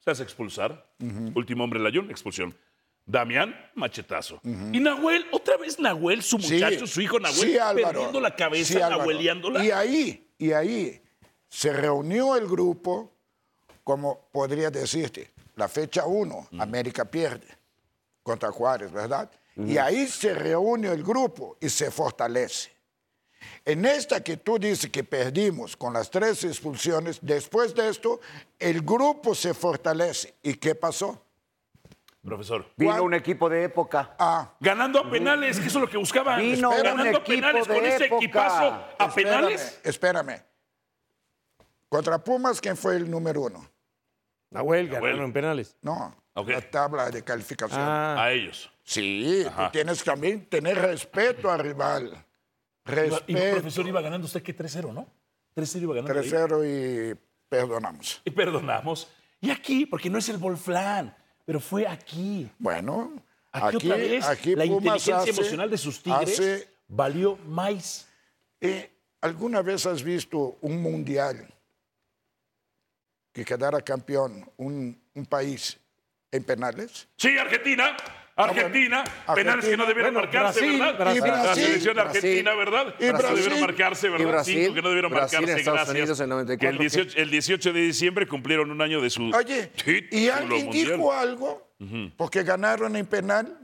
se hace expulsar. Último hombre en la Jun, expulsión. Damián, machetazo. Y Nahuel, otra vez Nahuel, su Sí. muchacho, su hijo Nahuel, Sí, Álvaro. perdiendo la cabeza, Sí, Álvaro. nahueleándola. Y ahí, y ahí se reunió el grupo, como podría decirte, la fecha 1, América pierde contra Juárez, ¿verdad? Y ahí se reúne el grupo y se fortalece. En esta que tú dices que perdimos con las tres expulsiones, después de esto, el grupo se fortalece. ¿Y qué pasó? Profesor. Vino un equipo de época. Ah. Ganando a penales, que eso es lo que buscaban. Vino un Ganando a equipo penales de con ese época. equipazo a penales. Espérame. espérame. Contra Pumas, ¿quién fue el número uno? Nahuel ganaron en penales. No, la tabla de calificación. Ah. A ellos. Sí, tú tienes también tener respeto al rival. Iba- iba- Respeto. profesor iba ganando usted que 3-0, ¿no? 3-0 iba ganando. ahí. 3-0 y perdonamos. Y perdonamos. Y aquí, porque no es el Volflan, pero fue aquí. Bueno, Aquí, aquí- otra vez aquí la Pumas inteligencia hace- emocional de sus tigres hace- valió más. Eh, ¿Alguna vez has visto un mundial que quedara campeón un, un país en penales? Sí, Argentina. Argentina, penales que no debieron Ah, Bueno, marcarse, Brasil, ¿verdad? Brasil. La- la Brasil, selección Brasil. argentina, ¿verdad? Y Que no Brasil. debieron marcarse, Y ¿verdad? Brasil, Cinco que no debieron Brasil, marcarse, Estados gracias. Unidos en 94, Que el 18, el 18 de diciembre cumplieron un año de su Oye, título ¿y alguien mundial. dijo algo Ujú. porque ganaron en penal?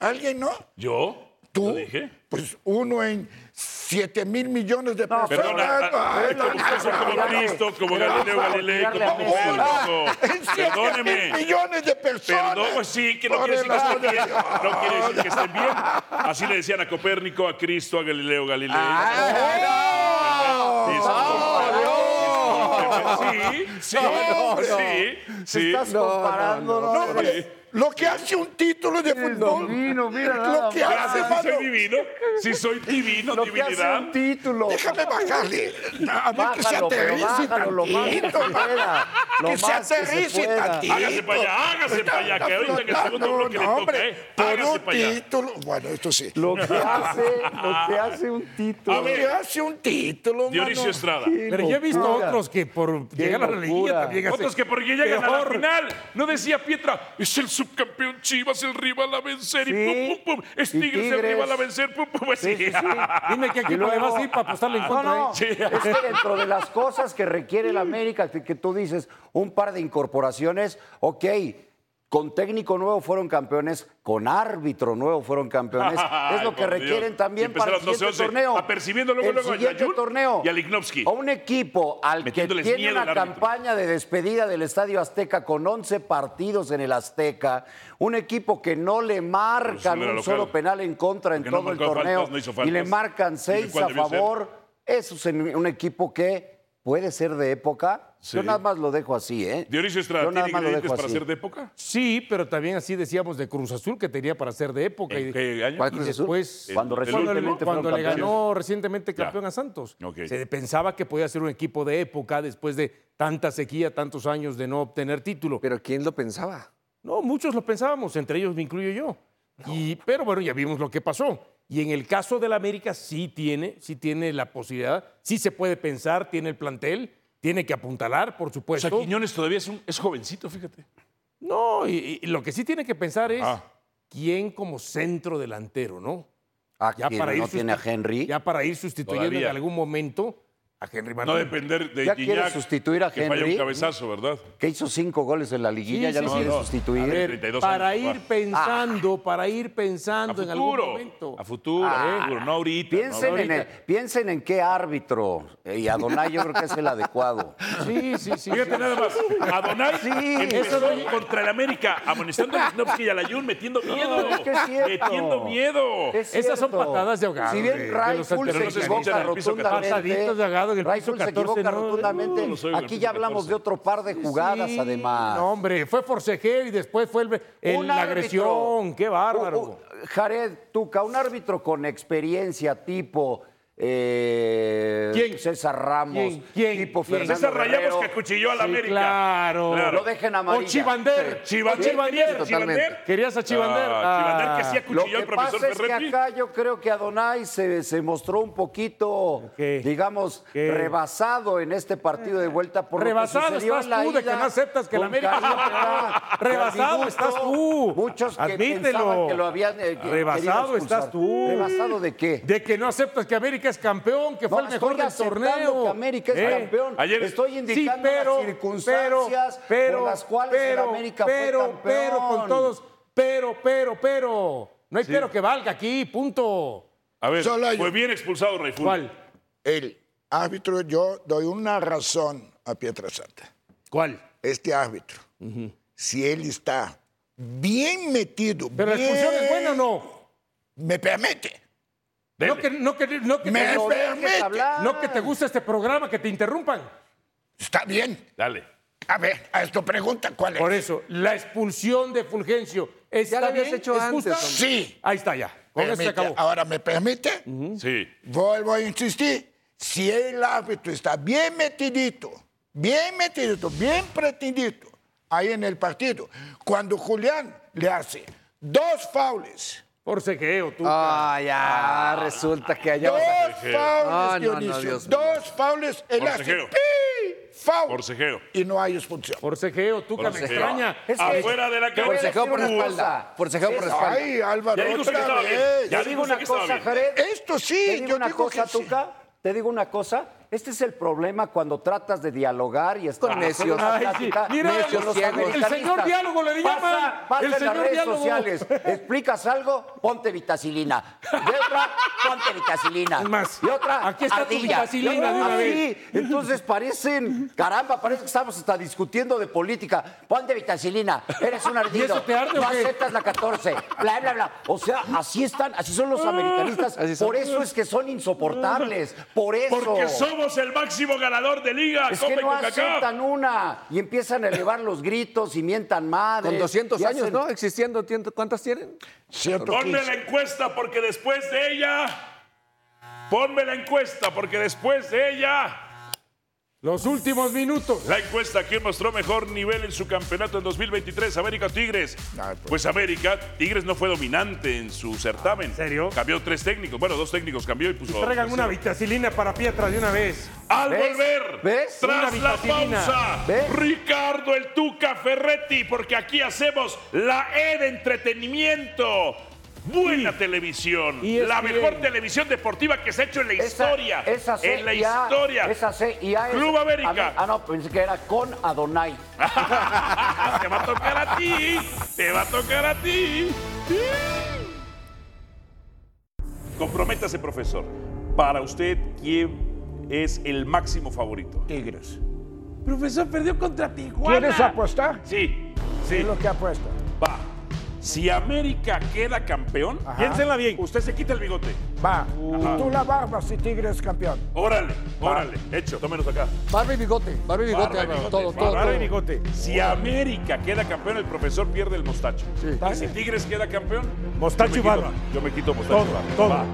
¿Alguien no? ¿Yo? ¿Tú? ¿Lo dije? Pues uno en 7 mil millones de personas. Perdona, a- a- como usted son como Cristo, como Galileo Galilei, como Pedro. Perdóneme. millones de personas. Perdón, pues sí, que no Por quiere decir que el estén amor de bien. Dios. No quiere decir que estén bien. Así le decían a Copérnico, a Cristo, a Galileo Galilei. Ah, ¡Ah, Sí, sí, sí. Estás comparando, no, no, no, pues, sí. Lo que hace un título de fútbol. lo que hace, Gracias, si mano. soy divino. Si soy divino, Lo que hace divinidad. un título. Déjame bajarle. A ver que se Bájalo, pero aterrice bájalo lo más que tantito. se pueda, lo Que se más que se aterrice pueda. tantito. Hágase para allá, hágase para allá, que ahorita en el segundo No, bloque no, le toca, hombre, ¿eh? Por Hágase un para allá. título. Bueno, esto sí. Lo que hace- lo que hace un A título. Lo ver. que hace un título, Dionisio mano. Estrada. Qué Pero yo he visto locura. otros que por Qué llegar a la liguilla locura. también hacen Otros que porque llegan a la peor. final. No decía Pietra, es el subcampeón Chivas, el rival a vencer. Y pum, pum, pum. Es Y Tigres, el Tigres. rival a vencer. Pum, pum. Sí, sí, sí. Dime qué Y equipo le luego- vas a ir para apostarle en No, contra. no, ¿eh? Es que dentro de las cosas que requiere la América, que que tú dices, un par de incorporaciones, ok, con técnico nuevo fueron campeones, con árbitro nuevo fueron campeones. es Ay, lo que por Dios. requieren Y también para el empezaron siguiente 12-11, torneo. apercibiendo luego, el luego a siguiente Yayun torneo. y a Lignovsky. A un equipo al que Metiéndoles tiene miedo al una árbitro. campaña de despedida del Estadio Azteca con 11 partidos en el Azteca, un equipo que no le marcan no era un Pues local. solo penal en contra en Porque no todo el marcó torneo faltas, no hizo y le faltas. marcan ¿Y de seis cuál a debió ser? favor. Eso es en- un equipo que puede ser de época. Yo nada más lo dejo así, ¿eh? Dionisio Estrada, Yo nada ¿tiene más lo ingredientes dejo para así. ser de época? Sí, pero también así decíamos de Cruz Azul que tenía para ser de época. ¿En y, qué año? y ¿Cuál Cruz Azul? después, El- cuando, el cuando le- últimamente cuando fueron le campeones. ganó recientemente Ya. campeón a Santos. Ok. Se pensaba que podía ser un equipo de época después de tanta sequía, tantos años de no obtener título. ¿Pero quién lo pensaba? No, muchos lo pensábamos, entre ellos me incluyo yo. Y, pero bueno, ya vimos lo que pasó. Y en el caso del América sí tiene, sí tiene la posibilidad, sí se puede pensar, tiene el plantel, tiene que apuntalar, por O sea, supuesto. Quiñones todavía es, un, es jovencito, fíjate. No, y, y lo que sí tiene que pensar es quién como centro delantero, ¿no? ya quién? ¿No susti- tiene a Henry? Ya para ir sustituyendo Todavía. en algún momento a Henry Martín. No depender de Ya quiere Guiñac, sustituir a que falla un Henry. cabezazo, ¿verdad? Que hizo cinco goles en la liguilla, Sí, ya sí, lo sí. quiere No, no. sustituir. Ah. A ver, 32 para años, ir pensando, para ir pensando en algún futuro. momento. A futuro, a futuro, no ahorita. Ah, Piensen, no en, ahorita. el- piensen en qué árbitro. Eh, Y Adonai yo creo que es el adecuado. Sí, sí, sí. Fíjate sí. nada más. Adonai Sí, empezó eso no- contra el América, amonestando a Wisnowski y a Layun, metiendo miedo. es que es cierto. metiendo miedo. Es Esas son cierto. patadas de ahogado, Si de- de bien los Raiful se alternos que equivoca escuchan en el piso 14. rotundamente. Pataditas de ahogado en el Raiful piso se 14, equivoca no, rotundamente. no los oigo en el Aquí piso ya hablamos de otro par de jugadas, Sí, además. No, hombre, fue forcejeo y después fue el, el- Un la árbitro. agresión. ¡Qué bárbaro! U- u- Jared Tuca, un árbitro con experiencia tipo eh, ¿Quién? César Ramos, ¿Quién? ¿Quién? tipo ¿Quién? Fernando César Ramos Guerrero. que acuchilló a la Sí, América. Claro. Lo dejen amarillo. O Chivander. Chivander. Chivander. Querías a Chivander. Lo Ah. que pasa es que acá yo creo que Adonai se, se mostró un poquito, digamos, rebasado en este partido de vuelta por Rebasado lo que sucedió estás en la tú de que ida no aceptas que el con América- Carioca, Rebasado Cardibusto, estás tú. Muchos que Admítelo. pensaban que lo habían eh, que- querido Rebasado expulsar. estás tú. ¿Rebasado de qué? De que no aceptas que América es campeón, que fue el estoy mejor del aceptando torneo. Eh, que América es campeón. Estoy indicando Sí, pero- las circunstancias pero, pero, por las cuales el pero, América fue pero, campeón. Pero con todos, pero, pero, pero. No hay pero que valga aquí, punto. A ver, Solo hay- fue bien expulsado Raiful. El árbitro, yo doy una razón a Pietrasanta. ¿Cuál? Este árbitro. Si él está bien metido. ¿Pero la expulsión es buena o no? Me permite. No que, no que, no que Me te- Pero dejes permite. hablar. no que te gusta este programa, que te interrumpan. Está bien. Dale. A ver, a esto pregunta cuál es. Por eso, la expulsión de Fulgencio. ¿Está la habías bien? hecho ¿Es antes, justa? hombre. Sí. Ahí está ya. Con eso se Permite. acabó. Ahora, ¿me permite? Sí. Vuelvo a insistir. Si el árbitro está bien metidito, bien metidito, bien pretendito ahí en el partido, cuando Julián le hace dos faules, Por sequeo, tú. Ah, ya, resulta que allá dos vas a- faules, Ah, no, no, Dionisio, Dios mío. dos faules, él hace Forcejeo. ¡pi! foul Forcejeo. y no hay expulsión. Forcejeo, tú que me Forcejeo. extraña. Es que- Afuera de la Te voy a cancha. decir por la Cruz. espalda. Forcejeo por la espalda. Ay, Álvaro, Ya dijo usted que otra estaba bien. vez. Ya Te digo dijo usted una que estaba cosa, bien. Jared. Esto sí, Te digo yo una digo cosa, que sí. Tuca. Te digo una cosa. Este es el problema cuando tratas de dialogar y estar Con necios. Una Ay, sí. plática Mira, con los el señor americanistas. diálogo le Pasa, llaman. pasa El en las señor redes diálogo. sociales. Explicas algo, ponte vitacilina. Y otra, ponte vitacilina. más, y otra, aquí está tu ardilla. vitacilina Y otra, de una así. vez. Ah, Entonces parecen, caramba, parece que estamos hasta discutiendo de política. Ponte vitacilina, eres un ardido. eso te arde o no qué? aceptas la 14, bla, bla, bla. O sea, así están, así son los americanistas. Por eso es que son insoportables. Por eso. Porque somos el máximo ganador de Liga, Es Copa que no y CONCACAF. aceptan una y empiezan a elevar los gritos y mientan madre. Con 200 años, ¿no? Existiendo, ¿tien- ¿cuántas tienen? Ponme la encuesta porque después de ella. Ponme la encuesta porque después de ella. Los últimos minutos. La encuesta que mostró mejor nivel en su campeonato en 2023, América o Tigres. Pues América, Tigres no fue dominante en su certamen. ¿En serio? Cambió tres técnicos. Bueno, dos técnicos cambió y puso. Traigan una tercero. vitacilina para Pietra de una vez. Al volver, ¿Ves? tras Una la vitacilina. pausa, ¿Ves? Ricardo el Tuca Ferretti, porque aquí hacemos la E de entretenimiento. Buena televisión, la ESPN. mejor televisión deportiva que se ha hecho en la historia. Esa C en la y A, historia. Esa C y A es- Club América. a mí- ah, no, pensé que era con Adonai. Ah, te va a tocar a ti, te va a tocar a ti. Comprométase, profesor. Para usted, ¿quién es el máximo favorito? Tigres. Profesor, perdió contra Tijuana. ¿Quieres apostar? Sí, Sí. Es lo que apuesta. Va. Si América queda campeón, piénsenla bien. Usted se quita el bigote. Va. Ajá. Tú la barba si Tigres es campeón. Órale, órale. Hecho, tómenos acá. Barba y bigote. Barba y bigote, Álvaro. Todo, todo, Barba y todo. bigote. Si América queda campeón, el profesor pierde el mostacho. Y si Tigres queda campeón, Mostacho yo me y quito- barba. Yo me quito mostacho Todo, y barba. todo. Va.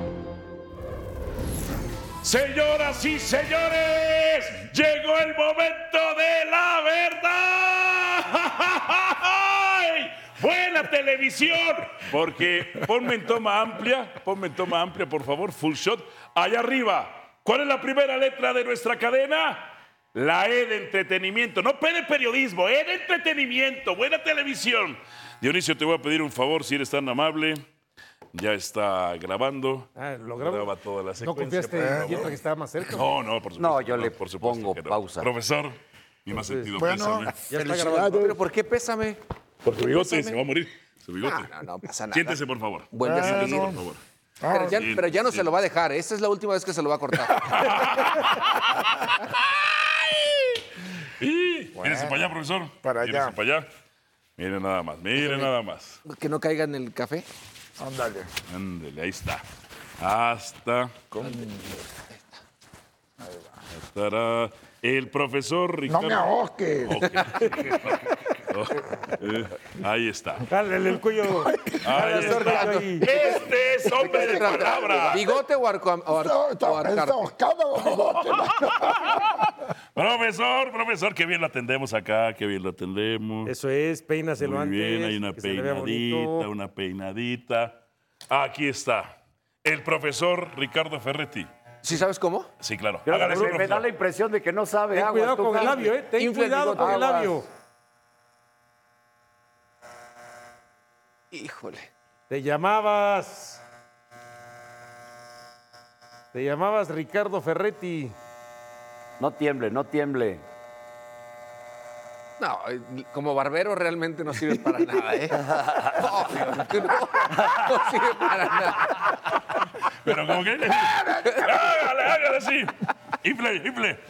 Señoras y señores, llegó el momento de la verdad. Buena televisión. Porque ponme en toma amplia, ponme en toma amplia, por favor, full shot. Allá arriba, ¿cuál es la primera letra de nuestra cadena? La E de entretenimiento, no P de periodismo, E de entretenimiento, buena televisión. Dionisio, te voy a pedir un favor, si eres tan amable. Ya está grabando. Ah, ¿lo grabo? Graba toda la ¿No secuencia. confiaste por en favor. Yeta que estaba más cerca? No, no, por supuesto. No, yo no, le por supuesto pongo que no. pausa. Profesor, ni más sentido. Bueno, pésame. ya está grabando. ¿Pero por qué pésame? Por su bigote, Pésame. se va a morir. Su bigote. No, no, no pasa nada. Siéntese, por favor. Vuelve a Siéntese, salir. por favor. Ah, Pero ya, Sí, pero ya no sí. se lo va a dejar. Esta es la última vez que se lo va a cortar. Y- Mírese para allá, profesor. Para allá. para allá. Mire nada más, mire nada más. que no caiga en el café. Ándale. Ándele, ahí está. Hasta. Estará el profesor No Ricardo. me ahorques. Oh, eh, ahí está. Jálele el cuello. Ahí está. Este es hombre de palabra. ¿Bigote o arco? O arco o arcarte? Profesor, profesor, qué bien lo atendemos acá, qué bien lo atendemos. Eso es, peínaselo Muy antes. bien, hay una que se le vea peinadita, bonito. una peinadita. Aquí está. El profesor Ricardo Ferretti. ¿Sí sabes cómo? Sí, claro. Yo- Hágale, me, me da profesor. la impresión de que no sabe. Ten aguas, cuidado tú, con el Jaime. labio, ¿eh? Ten Infla el cuidado bigote. con el Aguas. labio. Híjole. Te llamabas. Te llamabas Ricardo Ferretti. No tiemble, no tiemble. No, eh, como barbero realmente no sirve para nada, ¿eh? Obvio que no, no sirve para nada. Pero como que... hágale, hágale así. Infle, infle.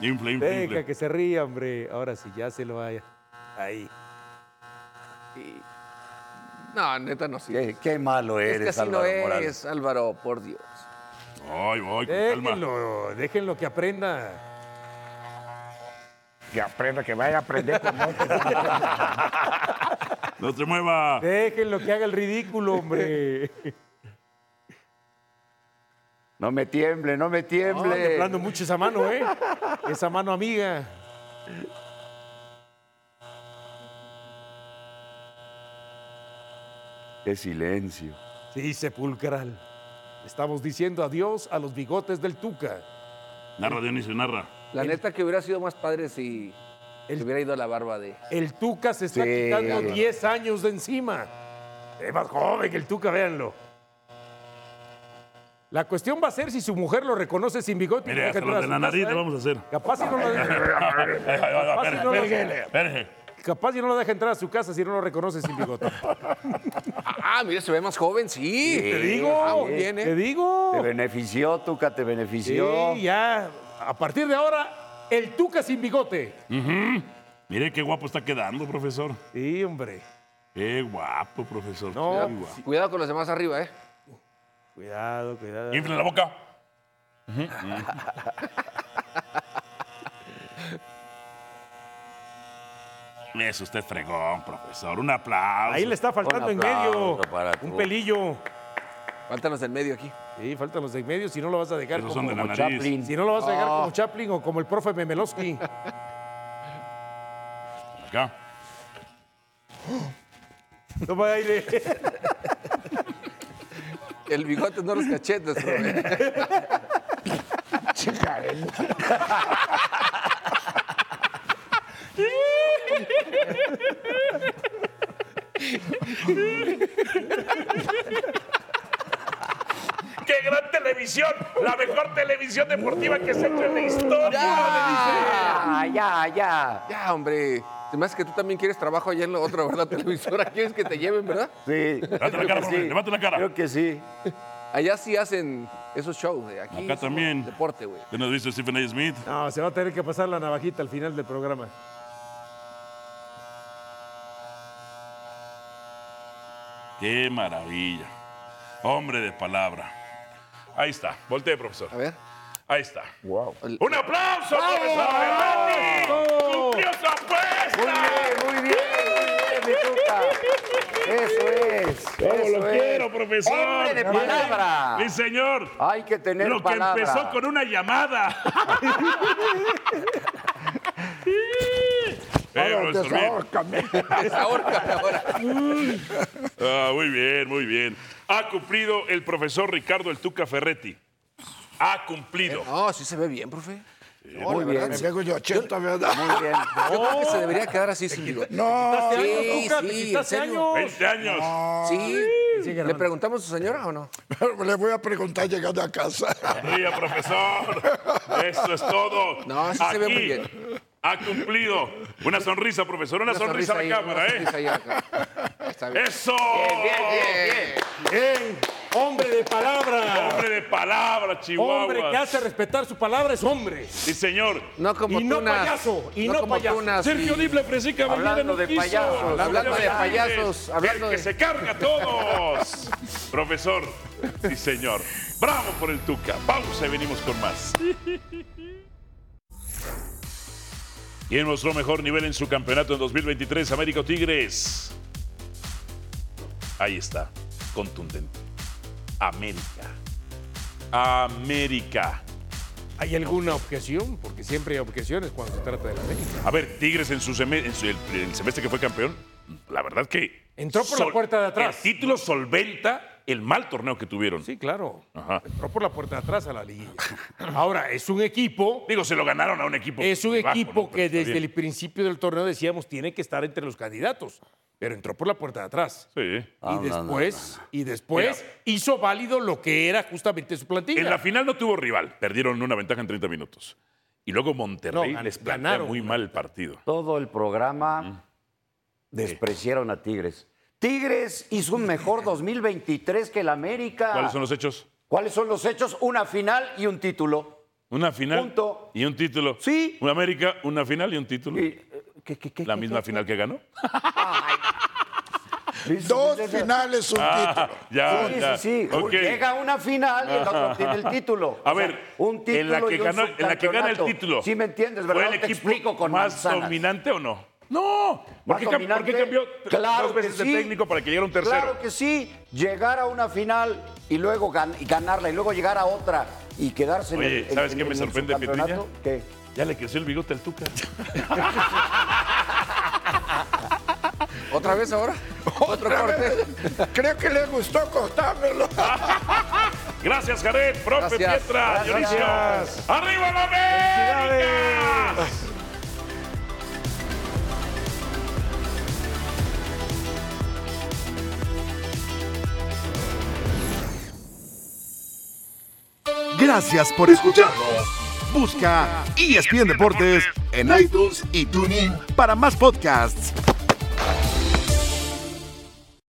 Infle, infle, Venga, infle. que se ría, hombre. Ahora sí, ya se lo vaya. Ahí. Y- No, neta no sirve. Qué, qué malo Es eres, que así Álvaro no es, Morales. Álvaro, por Dios. Ay, voy, Déjenlo, déjenlo que aprenda. Que aprenda, que vaya a aprender con nosotros. No te mueva. Déjenlo que haga el ridículo, hombre. No me tiemble, no me No, anda tiemble. temblando mucho esa mano, ¿eh? Esa mano amiga. Qué silencio. Sí, sepulcral. Estamos diciendo adiós a los bigotes del Tuca. Narra, Dionisio, narra. La neta que hubiera sido más padre si se hubiera ido a la barba de... El Tuca se está Sí. quitando 10 años de encima. Es más joven que el Tuca, véanlo. La cuestión va a ser si su mujer lo reconoce sin bigote. Mire, hasta lo de la nariz lo vamos a hacer. ¿eh? Capaz si no lo capaz si no lo- Capaz si no lo deja entrar a su casa si no lo reconoce sin bigote. Pues Ah, mira, se ve más joven, sí. Te digo, Ah, muy bien, ¿eh? te digo. Te benefició, Tuca, te Sí, benefició. ya. A partir de ahora, el Tuca sin bigote. Ujú. Mire qué guapo está quedando, profesor. Sí, hombre. Qué guapo, profesor. No, qué guapo. Cuidado con los demás arriba, ¿eh? Cuidado, cuidado. Infle la boca. Eso usted es fregón, profesor. Un aplauso. Ahí le está faltando en medio. Un pelillo. Faltan los del medio aquí. Sí, faltan los de en medio. Si no lo vas a dejar Esos son como, de la como nariz. Chaplin. Si no lo vas a dejar Ah. como Chaplin o como el profe Memelowski. Acá. Toma aire. El bigote no los cachetes, profe. ¡Qué gran televisión! La mejor televisión deportiva que se ha hecho en la historia. Ah, ya, ya. Ya, hombre. Se me hace que tú también quieres trabajo allá en la otra, ¿verdad? Televisora. ¿Quieres que te lleven, verdad? Sí. Levante la cara, profe, levante la cara. Creo que sí. Allá sí hacen esos shows, güey. Aquí Acá somos también. Deporte, güey. ¿Ya nos viste Stephen A. Smith? No, se va a tener que pasar la navajita al final del programa. Qué maravilla. Hombre de palabra. Ahí está. Voltee, profesor. A ver. Ahí está. Wow. ¡Un aplauso, profesor Ferrari! ¡Cumplió su apuesta! Muy bien, muy bien, muy bien, mi Tuca. Eso es. ¿Cómo eso lo es. quiero, profesor? Hombre de Bien. palabra. Mi señor. Hay que tener Lo que palabra. empezó con una llamada. Eh, Ahora profesor, bien. desahórcame. Ah, muy bien, muy bien. Ha cumplido el profesor Ricardo El Tuca Ferretti. Ha cumplido. Eh, No, sí se ve bien, profe. No, la verdad, me pego yo 80, ¿verdad? Muy bien. Yo creo que Ah, se No. debería quedar así sin bigote. No. sí, quitaste años, Tuca, te sí, en quitaste serio. años. 20 años. No. Sí. Sí, ¿Le Germán. preguntamos a su señora o no? Le voy a preguntar llegando a casa. Ría, profesor. Eso es todo. No, sí se ve muy bien. Ha cumplido. Una sonrisa, profesor. Una, Una sonrisa, sonrisa ahí, a la cámara, una ¿eh? sonrisa ahí a la cámara. ¡Eso! bien. Bien. Hombre de palabra. Hombre de palabra, Chihuahua. Hombre que hace respetar su palabra es hombre. Sí, señor. No como y no tunas, payaso. Y no no, como payaso. tunas, Sergio sí. Dible Fresica mañana Hablando no de quiso. payasos, hablando de payasos, hablando el que de- se carga a todos. profesor. Sí, señor. Bravo por el Tuca. Pausa y venimos con más. ¿Quién mostró mejor nivel en su campeonato en 2023? Américo Tigres. Ahí está, contundente. América. América. ¿Hay alguna objeción? Porque siempre hay objeciones cuando se trata de la América. A ver, Tigres en su seme- en su- el, el semestre que fue campeón, la verdad que. Entró por la puerta de atrás. El título solventa el mal torneo que tuvieron. Sí, claro. Ajá. Entró por la puerta de atrás a la liguilla. Ahora, es un equipo. Digo, se lo ganaron a un equipo. Es un bajo, equipo ¿no? Pero que está desde bien. el principio del torneo decíamos tiene que estar entre los candidatos. Pero entró por la puerta de atrás. Sí. Y después, y después hizo válido lo que era justamente su plantilla. En la final no tuvo rival. Perdieron una ventaja en 30 minutos. Y luego Monterrey No, gan- les plantea ganaron. muy mal el partido. Todo el programa despreciaron a Tigres. Tigres hizo un mejor 2023 que el América. ¿Cuáles son los hechos? ¿Cuáles son los hechos? Una final y un título. Una final Punto. y un título. Sí. Una América, una final y un título. eh, la misma final que ganó. Dos finales, un Ah, título. ya, sí, ya. sí, sí. Ok. Llega a una final y el otro Ajá. obtiene el título. A O sea, ver, un título en, la que y un ganó- en la que gana el subcampeonato. título. Sí me entiendes, ¿Fue ¿verdad? No el te equipo explico con más manzanas. dominante o no? No. ¿Por ¿Más qué, cam- por qué dominante? cambió Claro dos veces que de sí. técnico para que llegara un tercero? Claro que sí, llegar a una final y luego gan- y ganarla y luego llegar a otra y quedarse en el Oye, en- ¿sabes en- qué en me el sorprende, Petriña? subcampeonato. ¿Qué? Ya le creció el bigote al Tuca. ¿Otra vez ahora? ¿Otro corte? Creo que le gustó cortármelo. Gracias, Jared, profe Gracias. Pietra, Gracias. Dionisio. ¡Arriba la América! Gracias por escucharnos. E Busca ESPN Deportes en iTunes y TuneIn para más podcasts.